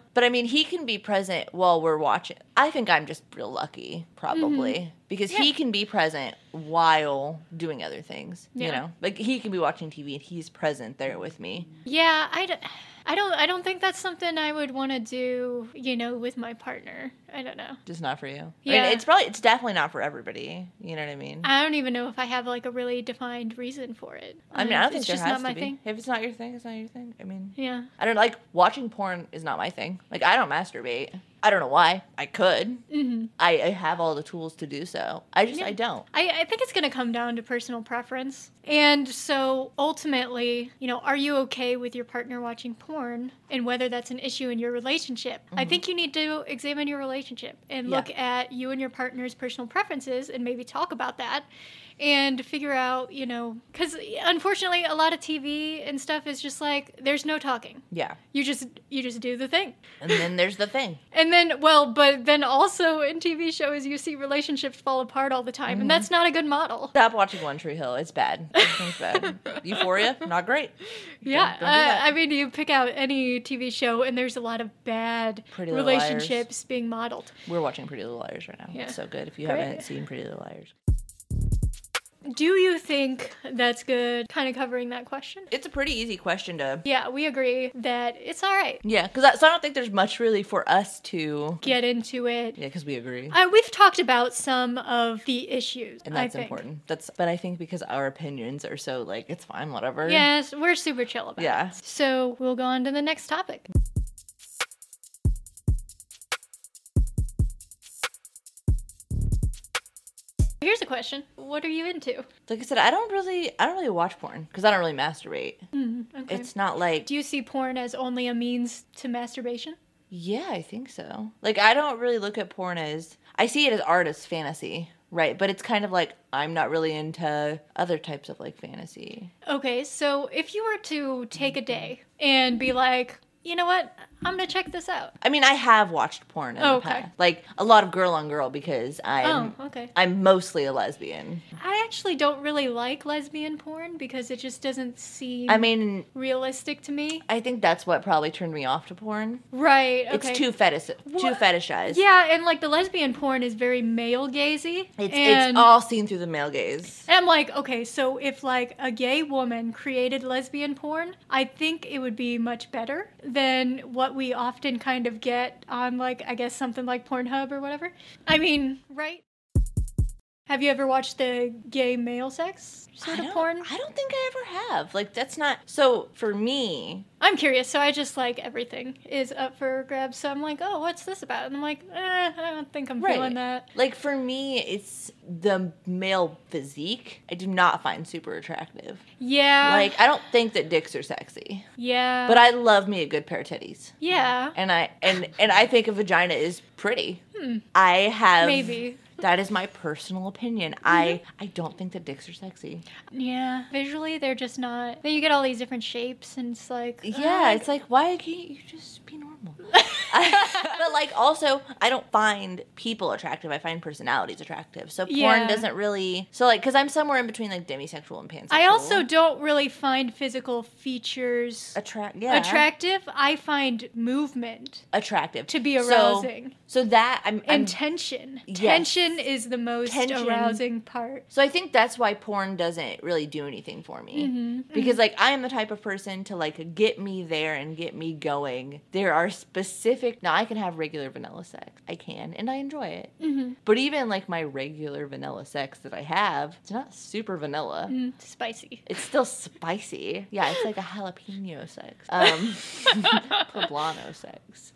[SPEAKER 1] So
[SPEAKER 2] But I mean, he can be present while we're watching. I think I'm just real lucky, probably, because he
[SPEAKER 1] Mm-hmm. Yeah.
[SPEAKER 2] can be present while doing other things. You
[SPEAKER 1] Yeah.
[SPEAKER 2] know, like he can be watching TV and he's present there with me.
[SPEAKER 1] Yeah, I, d- I don't I don't think that's something I would want to do, you know, with my partner. I don't know.
[SPEAKER 2] Just not for you. I
[SPEAKER 1] Yeah.
[SPEAKER 2] mean, it's probably it's definitely not for everybody. You know what I mean? I,
[SPEAKER 1] I don't even know if I have like a really defined reason for it.
[SPEAKER 2] mean, I don't
[SPEAKER 1] it's
[SPEAKER 2] think there
[SPEAKER 1] just
[SPEAKER 2] has
[SPEAKER 1] not my
[SPEAKER 2] to be.
[SPEAKER 1] thing.
[SPEAKER 2] If it's not your thing, it's not your thing. I mean,
[SPEAKER 1] Yeah.
[SPEAKER 2] I don't like watching porn is not my thing. Like I don't masturbate. I don't know why. I could.
[SPEAKER 1] hmm
[SPEAKER 2] I, I have all the tools to do so. I just
[SPEAKER 1] Yeah.
[SPEAKER 2] I don't.
[SPEAKER 1] I, I think it's going to come down to personal preference. And so ultimately, you know, are you okay with your partner watching porn and whether that's an issue in your relationship? I think you need to examine your relationship and
[SPEAKER 2] Yeah.
[SPEAKER 1] look at you and your partner's personal preferences and maybe talk about that and figure out, you know, because unfortunately, a lot of TV and stuff is just like there's no talking.
[SPEAKER 2] Yeah.
[SPEAKER 1] You just you just do the thing.
[SPEAKER 2] And then there's the thing.
[SPEAKER 1] And then, well, but then also in TV shows, you see relationships fall apart all the time, and that's not a good model.
[SPEAKER 2] Stop watching One Tree Hill. It's bad. It's bad. Euphoria, not great.
[SPEAKER 1] Yeah,
[SPEAKER 2] don't do
[SPEAKER 1] uh,
[SPEAKER 2] that.
[SPEAKER 1] I mean, you pick out any TV show, and there's a lot of bad
[SPEAKER 2] Pretty Little Liars.
[SPEAKER 1] relationships being modeled.
[SPEAKER 2] We're watching Pretty Little Liars right now.
[SPEAKER 1] Yeah.
[SPEAKER 2] It's so good. If you
[SPEAKER 1] Great.
[SPEAKER 2] haven't seen Pretty Little Liars,
[SPEAKER 1] Do you think that's good? Kind of covering that question.
[SPEAKER 2] it's a pretty easy question to.
[SPEAKER 1] Yeah, we agree that it's all right.
[SPEAKER 2] Yeah, because so I don't think there's much really for us to.
[SPEAKER 1] Get into it.
[SPEAKER 2] Yeah, because we agree.
[SPEAKER 1] Uh, we've talked about some of the issues.
[SPEAKER 2] And
[SPEAKER 1] I
[SPEAKER 2] that's
[SPEAKER 1] think.
[SPEAKER 2] important. That's, but I think because our opinions are so like, it's fine, whatever.
[SPEAKER 1] Yes, we're super chill about
[SPEAKER 2] Yeah.
[SPEAKER 1] it. So we'll go on to the next topic. Here's a question. What are you into?
[SPEAKER 2] Like I said, I don't really, I don't really watch porn because I don't really masturbate.
[SPEAKER 1] Okay.
[SPEAKER 2] It's not like
[SPEAKER 1] Do you see porn as only a means to masturbation?
[SPEAKER 2] Yeah, I think so. Like I don't really look at porn as I see it as artist fantasy, right? But it's kind of like I'm not really into other types of like fantasy.
[SPEAKER 1] Okay, so if you were to take a day and be like, you know what, I'm gonna check this out.
[SPEAKER 2] I mean, I have watched porn in
[SPEAKER 1] Oh,
[SPEAKER 2] the
[SPEAKER 1] okay.
[SPEAKER 2] past. Like a lot of girl on girl because I'm
[SPEAKER 1] oh, okay.
[SPEAKER 2] I'm mostly a lesbian.
[SPEAKER 1] I actually don't really like lesbian porn because it just doesn't seem
[SPEAKER 2] I mean,
[SPEAKER 1] realistic to me.
[SPEAKER 2] I think that's what probably turned me off to porn.
[SPEAKER 1] Right. Okay.
[SPEAKER 2] It's too fetish too
[SPEAKER 1] Wha-
[SPEAKER 2] fetishized.
[SPEAKER 1] Yeah, and like the lesbian porn is very male gazy.
[SPEAKER 2] It's
[SPEAKER 1] and,
[SPEAKER 2] it's all seen through the male gaze.
[SPEAKER 1] and I'm like, okay, so if like a gay woman created lesbian porn, I think it would be much better than what we often kind of get on like I guess something like Pornhub or whatever. I mean, right? Have you ever watched the gay male sex sort
[SPEAKER 2] I
[SPEAKER 1] of
[SPEAKER 2] don't-
[SPEAKER 1] porn?
[SPEAKER 2] I don't think I ever have. Like that's not so for me.
[SPEAKER 1] I'm curious, so I just like everything is up for grabs. So I'm like, oh, what's this about? And I'm like, eh, I don't think I'm
[SPEAKER 2] Right.
[SPEAKER 1] feeling that.
[SPEAKER 2] Like for me, it's the male physique I do not find super attractive.
[SPEAKER 1] Yeah.
[SPEAKER 2] Like I don't think that dicks are sexy,
[SPEAKER 1] yeah.
[SPEAKER 2] but I love me a good pair of titties,
[SPEAKER 1] yeah.
[SPEAKER 2] and I and and I think a vagina is pretty. I have
[SPEAKER 1] Hmm. Maybe. Mm-hmm.
[SPEAKER 2] that is my personal opinion. I I don't think that dicks are sexy.
[SPEAKER 1] Uh, Yeah. Visually, they're just not. Then you get all these different shapes, and it's like.
[SPEAKER 2] Yeah,
[SPEAKER 1] ugh.
[SPEAKER 2] it's like why can't you just be normal? but like also i don't find people attractive i find personalities attractive so porn
[SPEAKER 1] Yeah.
[SPEAKER 2] doesn't really so like because i'm somewhere in between like demisexual and pansexual
[SPEAKER 1] I also don't really find physical features
[SPEAKER 2] attract Uh, yeah
[SPEAKER 1] attractive. I find movement
[SPEAKER 2] attractive
[SPEAKER 1] to be
[SPEAKER 2] So-
[SPEAKER 1] arousing
[SPEAKER 2] so, that i'm, I'm
[SPEAKER 1] and tension.
[SPEAKER 2] Yes.
[SPEAKER 1] Tension is the most
[SPEAKER 2] Tension.
[SPEAKER 1] arousing part.
[SPEAKER 2] so i think that's why porn doesn't really do anything for me
[SPEAKER 1] Mm-hmm.
[SPEAKER 2] because like i am the type of person to like get me there and get me going there are specific now i can have regular vanilla sex i can and i enjoy it
[SPEAKER 1] Mm-hmm.
[SPEAKER 2] but even like my regular vanilla sex that i have it's not super vanilla
[SPEAKER 1] Mm, spicy.
[SPEAKER 2] It's still spicy. Yeah, it's like a jalapeno sex. Um, poblano sex.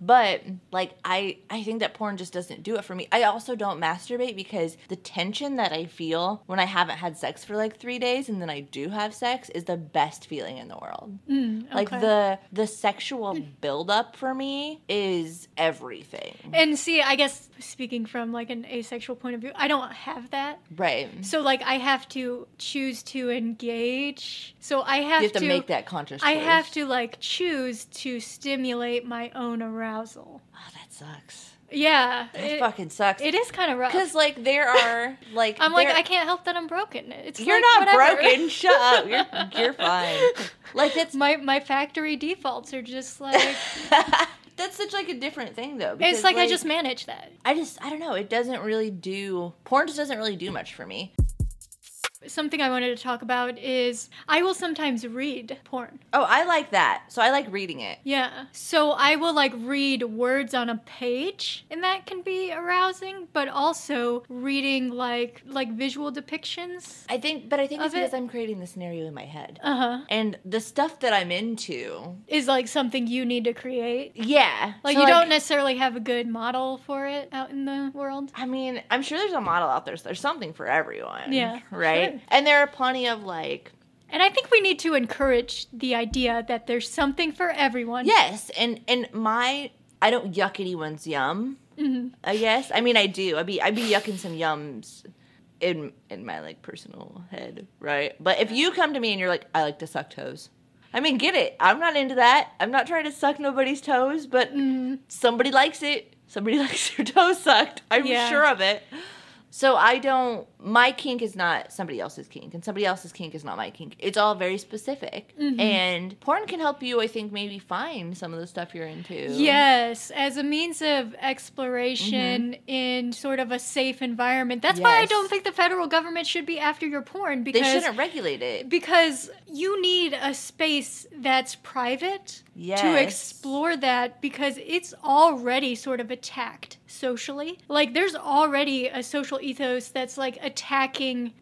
[SPEAKER 2] But like I I think that porn just doesn't do it for me. I also don't masturbate because the tension that I feel when I haven't had sex for like 3 days and then I do have sex is the best feeling in the world.
[SPEAKER 1] Mm,
[SPEAKER 2] Like
[SPEAKER 1] okay. Hmm.
[SPEAKER 2] the the sexual buildup for me is everything.
[SPEAKER 1] And see, I guess speaking from like an asexual point of view, I don't have that.
[SPEAKER 2] Right.
[SPEAKER 1] So like I have to choose to engage. So I have,
[SPEAKER 2] You have to, make that conscious choice.
[SPEAKER 1] I have to like choose to stimulate my own arousal.
[SPEAKER 2] Oh, that sucks.
[SPEAKER 1] Yeah,
[SPEAKER 2] That
[SPEAKER 1] it-
[SPEAKER 2] fucking sucks.
[SPEAKER 1] it is kind of rough.
[SPEAKER 2] Cuz like there are like
[SPEAKER 1] I'm like
[SPEAKER 2] there-
[SPEAKER 1] I can't help that I'm broken. It's
[SPEAKER 2] You're
[SPEAKER 1] like,
[SPEAKER 2] not
[SPEAKER 1] whatever.
[SPEAKER 2] broken. Shut up. You're you're fine. Like that's
[SPEAKER 1] my my factory defaults are just like
[SPEAKER 2] that's such like a different thing though. because,
[SPEAKER 1] it's like, I just manage that.
[SPEAKER 2] I just I don't know. It doesn't really do porn. Just doesn't really do much for me.
[SPEAKER 1] Something I wanted to talk about is I will sometimes read porn.
[SPEAKER 2] Oh, I like that. So I like reading it.
[SPEAKER 1] Yeah. So I will like read words on a page and that can be arousing, but also reading like like visual depictions.
[SPEAKER 2] I think, but I think it's
[SPEAKER 1] Of it-
[SPEAKER 2] because I'm creating the scenario in my head.
[SPEAKER 1] Uh-huh.
[SPEAKER 2] And the stuff that I'm into,
[SPEAKER 1] Is like something you need to create.
[SPEAKER 2] yeah.
[SPEAKER 1] Like
[SPEAKER 2] So,
[SPEAKER 1] you don't necessarily have a good model for it out in the world.
[SPEAKER 2] I mean, I'm sure there's a model out there. So there's something for everyone.
[SPEAKER 1] Yeah,
[SPEAKER 2] Right.
[SPEAKER 1] sure.
[SPEAKER 2] And there are plenty of like
[SPEAKER 1] And I think we need to encourage the idea that there's something for everyone.
[SPEAKER 2] Yes, and and my I don't yuck anyone's yum. I guess I mean I do. I be I be yucking some yums in in my like personal head, right? But if you come to me and you're like, I like to suck toes. I mean, get it. I'm not into that. I'm not trying to suck nobody's toes, but
[SPEAKER 1] Mm,
[SPEAKER 2] somebody likes it. Somebody likes their toes sucked. I'm
[SPEAKER 1] Yeah.
[SPEAKER 2] sure of it. So I don't. My kink is not somebody else's kink, and somebody else's kink is not my kink. It's all very specific,
[SPEAKER 1] Mm-hmm.
[SPEAKER 2] and porn can help you. I think maybe find some of the stuff you're into.
[SPEAKER 1] Yes, as a means of exploration in sort of a safe environment. That's why I
[SPEAKER 2] Mm-hmm. Yes.
[SPEAKER 1] don't think the federal government should be after your porn
[SPEAKER 2] they
[SPEAKER 1] because
[SPEAKER 2] shouldn't regulate it.
[SPEAKER 1] because you need a space that's private to
[SPEAKER 2] Yes.
[SPEAKER 1] explore that because it's already sort of attacked socially. Like there's already a social ethos that's like attacking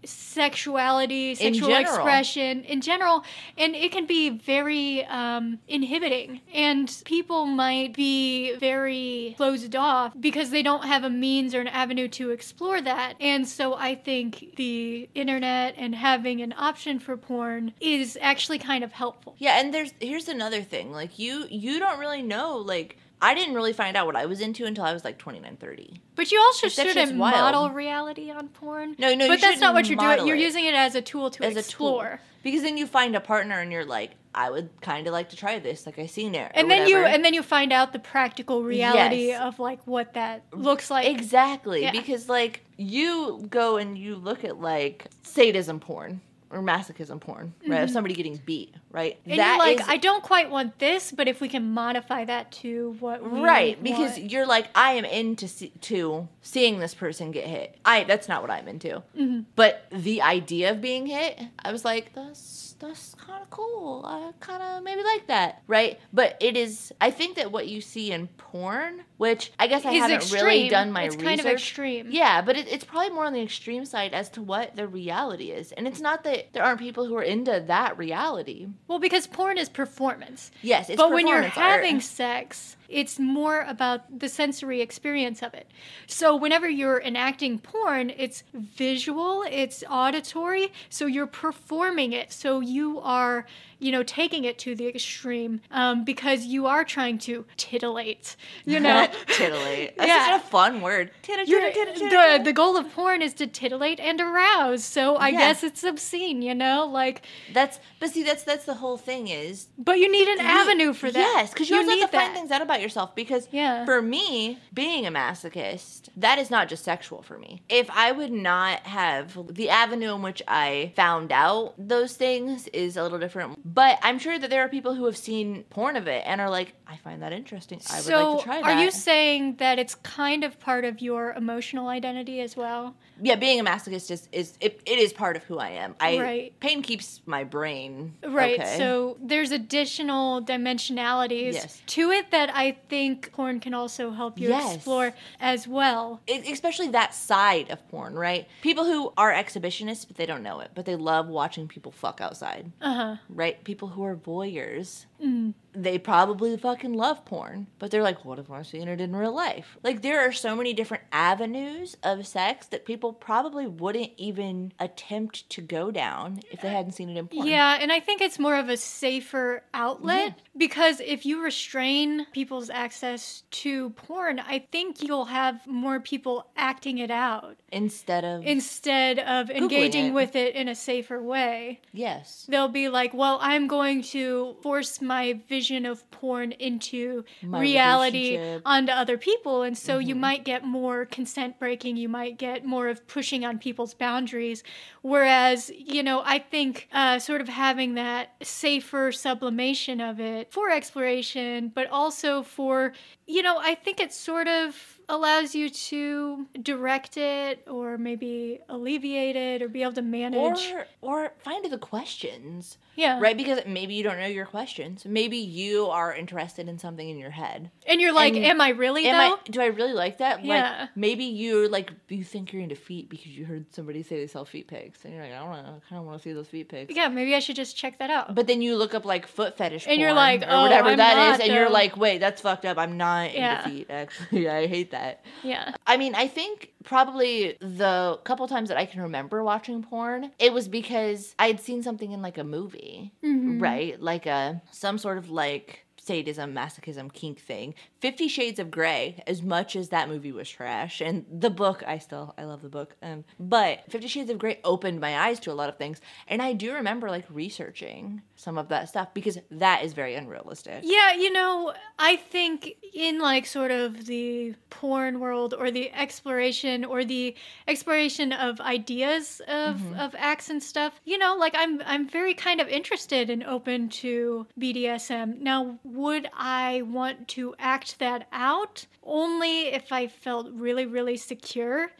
[SPEAKER 1] sexuality, sexual
[SPEAKER 2] general.
[SPEAKER 1] expression in general, and it can be very um, inhibiting. And people might be very closed off because they don't have a means or an avenue to explore that. And so I think the internet and having an option for porn is actually kind of helpful.
[SPEAKER 2] Yeah, and there's here's another thing. Like you you don't really know like I didn't really find out what I was into until I was like 29, 30.
[SPEAKER 1] But you also
[SPEAKER 2] Like, that shit's
[SPEAKER 1] shouldn't
[SPEAKER 2] wild.
[SPEAKER 1] model reality on porn.
[SPEAKER 2] No, no, you
[SPEAKER 1] but that's not
[SPEAKER 2] shouldn't
[SPEAKER 1] what you're doing.
[SPEAKER 2] model
[SPEAKER 1] You're
[SPEAKER 2] it.
[SPEAKER 1] using it as a tool to
[SPEAKER 2] As
[SPEAKER 1] explore.
[SPEAKER 2] a tool. Because then you find a partner and you're like, I would kind of like to try this. Like I seen it. or
[SPEAKER 1] And then you
[SPEAKER 2] whatever.
[SPEAKER 1] and then you find out the practical reality
[SPEAKER 2] Yes.
[SPEAKER 1] of like what that looks like.
[SPEAKER 2] Exactly,
[SPEAKER 1] Yeah.
[SPEAKER 2] because like you go and you look at like sadism porn or masochism porn, right? Of somebody getting beat, right?
[SPEAKER 1] Mm-hmm. And
[SPEAKER 2] That
[SPEAKER 1] you're like,
[SPEAKER 2] is-
[SPEAKER 1] I don't quite want this, but if we can modify that to what we
[SPEAKER 2] right because
[SPEAKER 1] want."
[SPEAKER 2] you're like i am into see- to seeing this person get hit i that's not what i'm into
[SPEAKER 1] Mm-hmm.
[SPEAKER 2] but the idea of being hit i was like that's that's kind of cool i kind of maybe like that right but it is i think that what you see in porn which i guess i
[SPEAKER 1] Is
[SPEAKER 2] haven't really
[SPEAKER 1] extreme.
[SPEAKER 2] done my
[SPEAKER 1] It's
[SPEAKER 2] research
[SPEAKER 1] kind of extreme.
[SPEAKER 2] yeah but it, it's probably more on the extreme side as to what the reality is and it's not that there aren't people who are into that reality
[SPEAKER 1] well, because porn is performance.
[SPEAKER 2] yes it's
[SPEAKER 1] but when you're
[SPEAKER 2] performance art.
[SPEAKER 1] having sex, it's more about the sensory experience of it. So whenever you're enacting porn, it's visual, it's auditory, so you're performing it. So you are, you know, taking it to the extreme um, because you are trying to titillate, you know.
[SPEAKER 2] titillate. That's
[SPEAKER 1] Yeah.
[SPEAKER 2] such a fun word. Titter,
[SPEAKER 1] You're-
[SPEAKER 2] titter, titter, titter,
[SPEAKER 1] the,
[SPEAKER 2] titter.
[SPEAKER 1] the goal of porn is to titillate and arouse. So I
[SPEAKER 2] Yeah.
[SPEAKER 1] guess it's obscene, you know? Like,
[SPEAKER 2] That's but see that's that's the whole thing is
[SPEAKER 1] but you need an
[SPEAKER 2] you-
[SPEAKER 1] avenue for that.
[SPEAKER 2] Yes, because you, also have to find
[SPEAKER 1] that.
[SPEAKER 2] things out about yourself. Because
[SPEAKER 1] Yeah.
[SPEAKER 2] for me, being a masochist, that is not just sexual for me. If I would not have the avenue in which I found out those things is a little different. But I'm sure that there are people who have seen porn of it and are like, I find that interesting. I would
[SPEAKER 1] so
[SPEAKER 2] like to try that.
[SPEAKER 1] are you saying that it's kind of part of your emotional identity as well?
[SPEAKER 2] yeah, being a masochist is, is it, it is part of who I am. I
[SPEAKER 1] Right.
[SPEAKER 2] pain keeps my brain
[SPEAKER 1] Right.
[SPEAKER 2] okay.
[SPEAKER 1] So there's additional dimensionalities
[SPEAKER 2] Yes.
[SPEAKER 1] to it that I think porn can also help you
[SPEAKER 2] Yes.
[SPEAKER 1] explore as well.
[SPEAKER 2] it, E, especially that side of porn, right? People who are exhibitionists, but they don't know it, but they love watching people fuck outside,
[SPEAKER 1] Uh huh.
[SPEAKER 2] right? People who are voyeurs,
[SPEAKER 1] Mm-hmm.
[SPEAKER 2] they probably fucking love porn, but they're like, what if I'm seeing it in real life? Like, there are so many different avenues of sex that people probably wouldn't even attempt to go down if they hadn't seen it in porn.
[SPEAKER 1] Yeah, and I think it's more of a safer outlet because if you restrain people's access to porn, I think you'll have more people acting it out
[SPEAKER 2] Instead of,
[SPEAKER 1] instead of engaging
[SPEAKER 2] it.
[SPEAKER 1] with it in a safer way.
[SPEAKER 2] yes.
[SPEAKER 1] they'll be like, "Well, I'm going to force my vision of porn into
[SPEAKER 2] My
[SPEAKER 1] reality
[SPEAKER 2] relationship. Mm-hmm.
[SPEAKER 1] onto other people." And so you might get more consent breaking, you might get more of pushing on people's boundaries. Whereas, you know, I think uh, sort of having that safer sublimation of it for exploration, but also for, you know, I think it sort of allows you to direct it or maybe alleviate it or be able to
[SPEAKER 2] Or,
[SPEAKER 1] manage.
[SPEAKER 2] or find the questions.
[SPEAKER 1] yeah.
[SPEAKER 2] Right? Because maybe you don't know your questions. Maybe you are interested in something in your head.
[SPEAKER 1] And you're like,
[SPEAKER 2] And
[SPEAKER 1] am I really
[SPEAKER 2] Am
[SPEAKER 1] though?
[SPEAKER 2] I, do I really like that?
[SPEAKER 1] Yeah.
[SPEAKER 2] Like maybe you're like you think you're into feet because you heard somebody say they sell feet pics, and you're like, I don't know, I kind of want to see those feet pics.
[SPEAKER 1] yeah, maybe I should just check that out.
[SPEAKER 2] But then you look up like foot fetish,
[SPEAKER 1] And you're
[SPEAKER 2] porn
[SPEAKER 1] like,
[SPEAKER 2] or
[SPEAKER 1] "Oh,
[SPEAKER 2] whatever
[SPEAKER 1] I'm
[SPEAKER 2] that is,"
[SPEAKER 1] not,
[SPEAKER 2] and you're
[SPEAKER 1] though.
[SPEAKER 2] like, wait, that's fucked up. I'm not into
[SPEAKER 1] Yeah.
[SPEAKER 2] feet. Actually, I hate that.
[SPEAKER 1] yeah.
[SPEAKER 2] I mean, I think probably the couple times that I can remember watching porn, it was because I had seen something in like a movie, right? Like a some uh, sort of like sadism, masochism, kink thing. Fifty Shades of Grey, as much as that movie was trash, and the book, I still, I love the book, um, but Fifty Shades of Grey opened my eyes to a lot of things. And I do remember like researching some of that stuff because that is very unrealistic.
[SPEAKER 1] Yeah, you know, I think in like sort of the porn world or the exploration or the exploration of ideas of of acts and stuff, you know, like I'm I'm very kind of interested and open to BDSM. Now, would I want to act that out? Only if I felt really really secure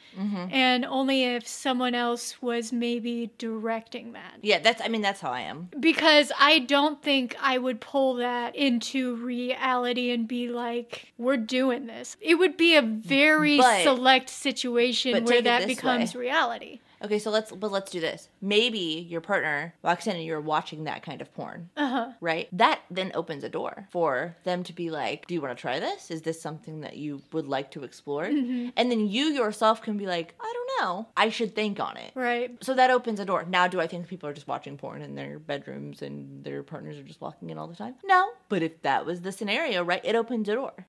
[SPEAKER 1] and only if someone else was maybe directing that
[SPEAKER 2] Yeah, that's, I mean, that's how I am.
[SPEAKER 1] because I don't think I would pull that into reality and be like, we're doing this. It would be a very
[SPEAKER 2] But-
[SPEAKER 1] select situation
[SPEAKER 2] but
[SPEAKER 1] where
[SPEAKER 2] take it
[SPEAKER 1] that
[SPEAKER 2] this
[SPEAKER 1] becomes reality.
[SPEAKER 2] Okay, so let's but let's do this. Maybe your partner walks in and you're watching that kind of porn,
[SPEAKER 1] Uh huh.
[SPEAKER 2] right? That then opens a door for them to be like, "Do you want to try this? Is this something that you would like to explore?" And then you yourself can be like, "I don't know. I should think on it."
[SPEAKER 1] Right.
[SPEAKER 2] So that opens a door. Now, do I think people are just watching porn in their bedrooms and their partners are just walking in all the time? No. But if that was the scenario, right, it opens a door.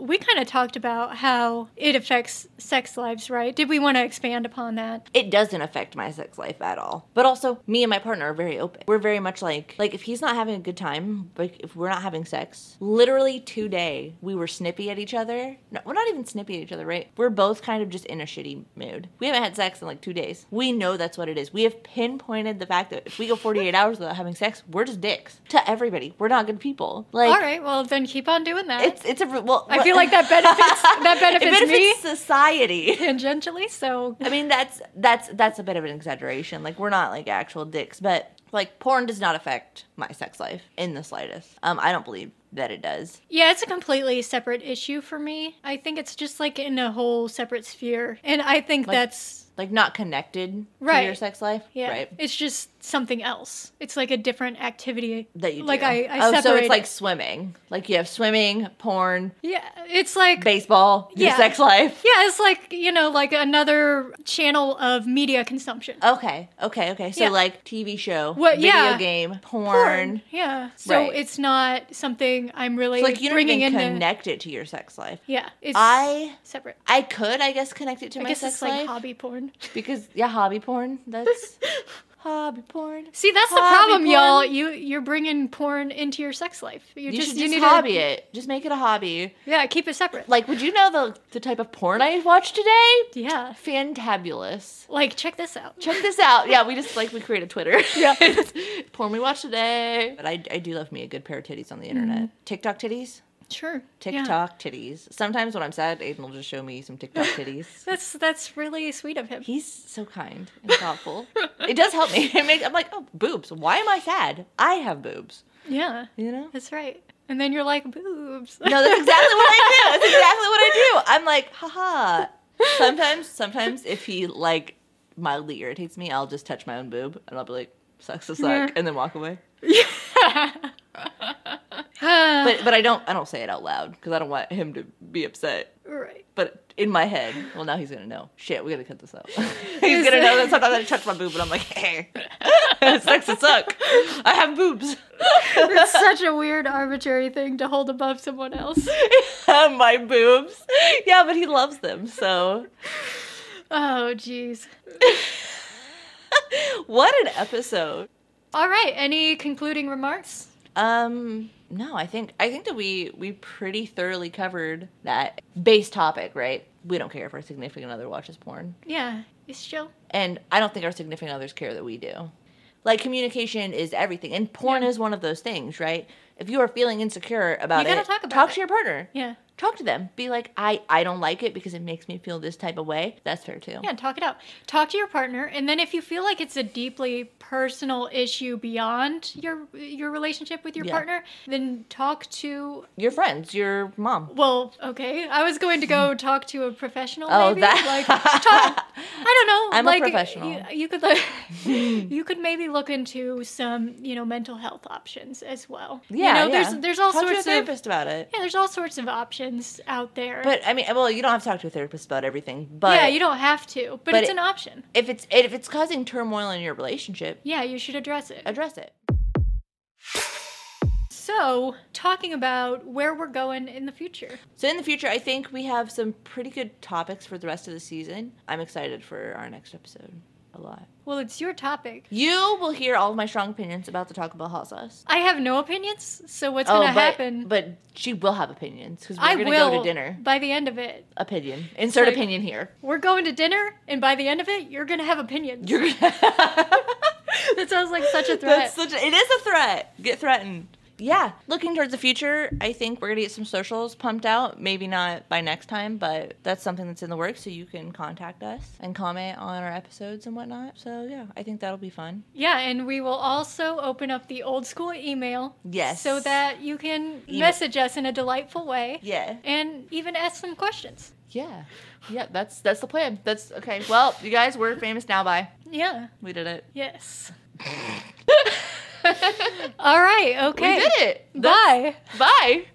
[SPEAKER 1] We kind of talked about how it affects sex lives, right? Did we want to expand upon that?
[SPEAKER 2] it doesn't affect my sex life at all. But also, me and my partner are very open. We're very much like like if he's not having a good time, like if we're not having sex, literally today we were snippy at each other. No, we're not even snippy at each other, right? We're both kind of just in a shitty mood. We haven't had sex in like two days. We know that's what it is. We have pinpointed the fact that if we go 48 hours without having sex, we're just dicks to everybody. We're not good people. Like
[SPEAKER 1] All right. Well, then keep on doing that.
[SPEAKER 2] it's it's a re- well.
[SPEAKER 1] I feel like that benefits that
[SPEAKER 2] it
[SPEAKER 1] benefits,
[SPEAKER 2] benefits
[SPEAKER 1] me
[SPEAKER 2] society.
[SPEAKER 1] tangentially. So
[SPEAKER 2] I mean, that's that's that's a bit of an exaggeration. Like we're not like actual dicks, but like porn does not affect my sex life in the slightest. Um, I don't believe that it does.
[SPEAKER 1] Yeah, it's a completely separate issue for me. I think it's just like in a whole separate sphere. And I think
[SPEAKER 2] Like-
[SPEAKER 1] that's
[SPEAKER 2] Like not connected to your
[SPEAKER 1] Right.
[SPEAKER 2] sex life,
[SPEAKER 1] yeah.
[SPEAKER 2] right?
[SPEAKER 1] It's just something else. It's like a different activity
[SPEAKER 2] That you
[SPEAKER 1] like
[SPEAKER 2] do.
[SPEAKER 1] I, I
[SPEAKER 2] oh,
[SPEAKER 1] separate.
[SPEAKER 2] so it's like
[SPEAKER 1] it.
[SPEAKER 2] swimming. Like you have swimming, porn,
[SPEAKER 1] yeah, it's like
[SPEAKER 2] baseball, your
[SPEAKER 1] Yeah.
[SPEAKER 2] sex life.
[SPEAKER 1] yeah, it's like you know, like another channel of media consumption.
[SPEAKER 2] Okay, okay, okay. So
[SPEAKER 1] Yeah.
[SPEAKER 2] like TV show,
[SPEAKER 1] What-
[SPEAKER 2] video
[SPEAKER 1] yeah.
[SPEAKER 2] game, porn.
[SPEAKER 1] yeah. So
[SPEAKER 2] Right.
[SPEAKER 1] it's not something I'm really
[SPEAKER 2] It's like you don't
[SPEAKER 1] bringing
[SPEAKER 2] even
[SPEAKER 1] in.
[SPEAKER 2] connect it to your sex life.
[SPEAKER 1] yeah, it's
[SPEAKER 2] I-
[SPEAKER 1] separate.
[SPEAKER 2] I could, I guess, connect it to
[SPEAKER 1] I
[SPEAKER 2] my
[SPEAKER 1] guess
[SPEAKER 2] sex
[SPEAKER 1] it's like
[SPEAKER 2] life
[SPEAKER 1] hobby porn.
[SPEAKER 2] because yeah, hobby porn. That's hobby porn.
[SPEAKER 1] See, that's the
[SPEAKER 2] Hobby
[SPEAKER 1] problem,
[SPEAKER 2] porn.
[SPEAKER 1] y'all. You you're bringing porn into your sex life. You,
[SPEAKER 2] You
[SPEAKER 1] just
[SPEAKER 2] should
[SPEAKER 1] you
[SPEAKER 2] just
[SPEAKER 1] need
[SPEAKER 2] hobby
[SPEAKER 1] to,
[SPEAKER 2] it. Just make it a hobby.
[SPEAKER 1] Yeah, keep it separate.
[SPEAKER 2] Like, would you know the the type of porn I watched today?
[SPEAKER 1] yeah.
[SPEAKER 2] Fantabulous.
[SPEAKER 1] Like check this out.
[SPEAKER 2] Check this out. Yeah, we just like we create a Twitter.
[SPEAKER 1] Yeah.
[SPEAKER 2] porn we watched today. Mm-hmm. But I, I do love me a good pair of titties on the internet. TikTok titties.
[SPEAKER 1] Sure. yeah.
[SPEAKER 2] TikTok titties. Sometimes when I'm sad, Aiden will just show me some TikTok titties.
[SPEAKER 1] That's that's really sweet of him.
[SPEAKER 2] He's so kind and thoughtful. it does help me. It makes, I'm like, oh, boobs. Why am I sad? I have boobs.
[SPEAKER 1] Yeah.
[SPEAKER 2] You know.
[SPEAKER 1] That's right. And then you're like boobs.
[SPEAKER 2] No, that's exactly what I do. That's exactly what I do. I'm like, haha. Sometimes, sometimes if he like mildly irritates me, I'll just touch my own boob and I'll be like, sucks to suck,
[SPEAKER 1] Yeah.
[SPEAKER 2] and then walk away.
[SPEAKER 1] but
[SPEAKER 2] But but I don't I don't say it out loud because I don't want him to be upset.
[SPEAKER 1] right.
[SPEAKER 2] But in my head, well now he's gonna know. Shit, we gotta cut this out. he's
[SPEAKER 1] Is
[SPEAKER 2] gonna know that
[SPEAKER 1] it-
[SPEAKER 2] sometimes I touch my boob and I'm like, hey, sucks to suck. I have boobs.
[SPEAKER 1] That's such a weird arbitrary thing to hold above someone else.
[SPEAKER 2] my boobs. Yeah, but he loves them. So
[SPEAKER 1] Oh jeez.
[SPEAKER 2] what an episode.
[SPEAKER 1] All right, any concluding remarks?
[SPEAKER 2] Um no, I think I think that we we pretty thoroughly covered that base topic, right? We don't care if our significant other watches porn.
[SPEAKER 1] Yeah. It's chill.
[SPEAKER 2] And I don't think our significant others care that we do. Like communication is everything and porn
[SPEAKER 1] Yeah.
[SPEAKER 2] is one of those things, right? If you are feeling insecure about
[SPEAKER 1] You gotta
[SPEAKER 2] it,
[SPEAKER 1] talk about
[SPEAKER 2] talk
[SPEAKER 1] it.
[SPEAKER 2] to your partner.
[SPEAKER 1] Yeah.
[SPEAKER 2] Talk to them. Be like, I, I don't like it because it makes me feel this type of way. That's fair too.
[SPEAKER 1] Yeah, talk it out. Talk to your partner, and then if you feel like it's a deeply personal issue beyond your your relationship with your
[SPEAKER 2] Yeah.
[SPEAKER 1] partner, then talk to
[SPEAKER 2] Your friends, your mom.
[SPEAKER 1] well, okay. I was going to go talk to a professional.
[SPEAKER 2] Oh,
[SPEAKER 1] maybe.
[SPEAKER 2] that-
[SPEAKER 1] like talk, I don't know.
[SPEAKER 2] I'm a
[SPEAKER 1] like,
[SPEAKER 2] professional.
[SPEAKER 1] You, you could like, you could maybe look into some you know mental health options as well.
[SPEAKER 2] Yeah.
[SPEAKER 1] you know,
[SPEAKER 2] yeah.
[SPEAKER 1] there's there's all
[SPEAKER 2] talk
[SPEAKER 1] sorts
[SPEAKER 2] to a
[SPEAKER 1] of yeah,
[SPEAKER 2] therapist about it.
[SPEAKER 1] there's all sorts of options out there.
[SPEAKER 2] But I mean, well, you don't have to talk to a therapist about everything. But
[SPEAKER 1] yeah, you don't have to, but,
[SPEAKER 2] but
[SPEAKER 1] it's
[SPEAKER 2] it-
[SPEAKER 1] an option.
[SPEAKER 2] if it's if it's causing turmoil in your relationship,
[SPEAKER 1] Yeah, you should address it.
[SPEAKER 2] address it.
[SPEAKER 1] show talking about where we're going in the future.
[SPEAKER 2] So in the future, I think we have some pretty good topics for the rest of the season. I'm excited for our next episode a lot.
[SPEAKER 1] Well, it's your topic.
[SPEAKER 2] You will hear all of my strong opinions about the Taco Bell hot sauce.
[SPEAKER 1] I have no opinions, so what's going to
[SPEAKER 2] Oh, but,
[SPEAKER 1] happen?
[SPEAKER 2] But she will have opinions because we're
[SPEAKER 1] I
[SPEAKER 2] gonna
[SPEAKER 1] will
[SPEAKER 2] go to dinner.
[SPEAKER 1] by the end of it.
[SPEAKER 2] Opinion. Insert
[SPEAKER 1] like-
[SPEAKER 2] opinion here.
[SPEAKER 1] We're going to dinner, and by the end of it, you're going to have opinions.
[SPEAKER 2] You're gonna.
[SPEAKER 1] that sounds like such a threat.
[SPEAKER 2] That's such a, it is a threat. Get threatened. Yeah. Looking towards the future, I think we're gonna get some socials pumped out. Maybe not by next time, but that's something that's in the works. So you can contact us and comment on our episodes and whatnot. So yeah, I think that'll be fun.
[SPEAKER 1] yeah, and we will also open up the old school email.
[SPEAKER 2] Yes.
[SPEAKER 1] So that you can
[SPEAKER 2] Email.
[SPEAKER 1] message us in a delightful way
[SPEAKER 2] Yeah.
[SPEAKER 1] and even ask some questions.
[SPEAKER 2] Yeah. Yeah. That's that's the plan. That's okay. Well, you guys, we're famous now. Bye.
[SPEAKER 1] Yeah.
[SPEAKER 2] We did it.
[SPEAKER 1] Yes. All right. Okay.
[SPEAKER 2] We did it.
[SPEAKER 1] Bye.
[SPEAKER 2] Bye.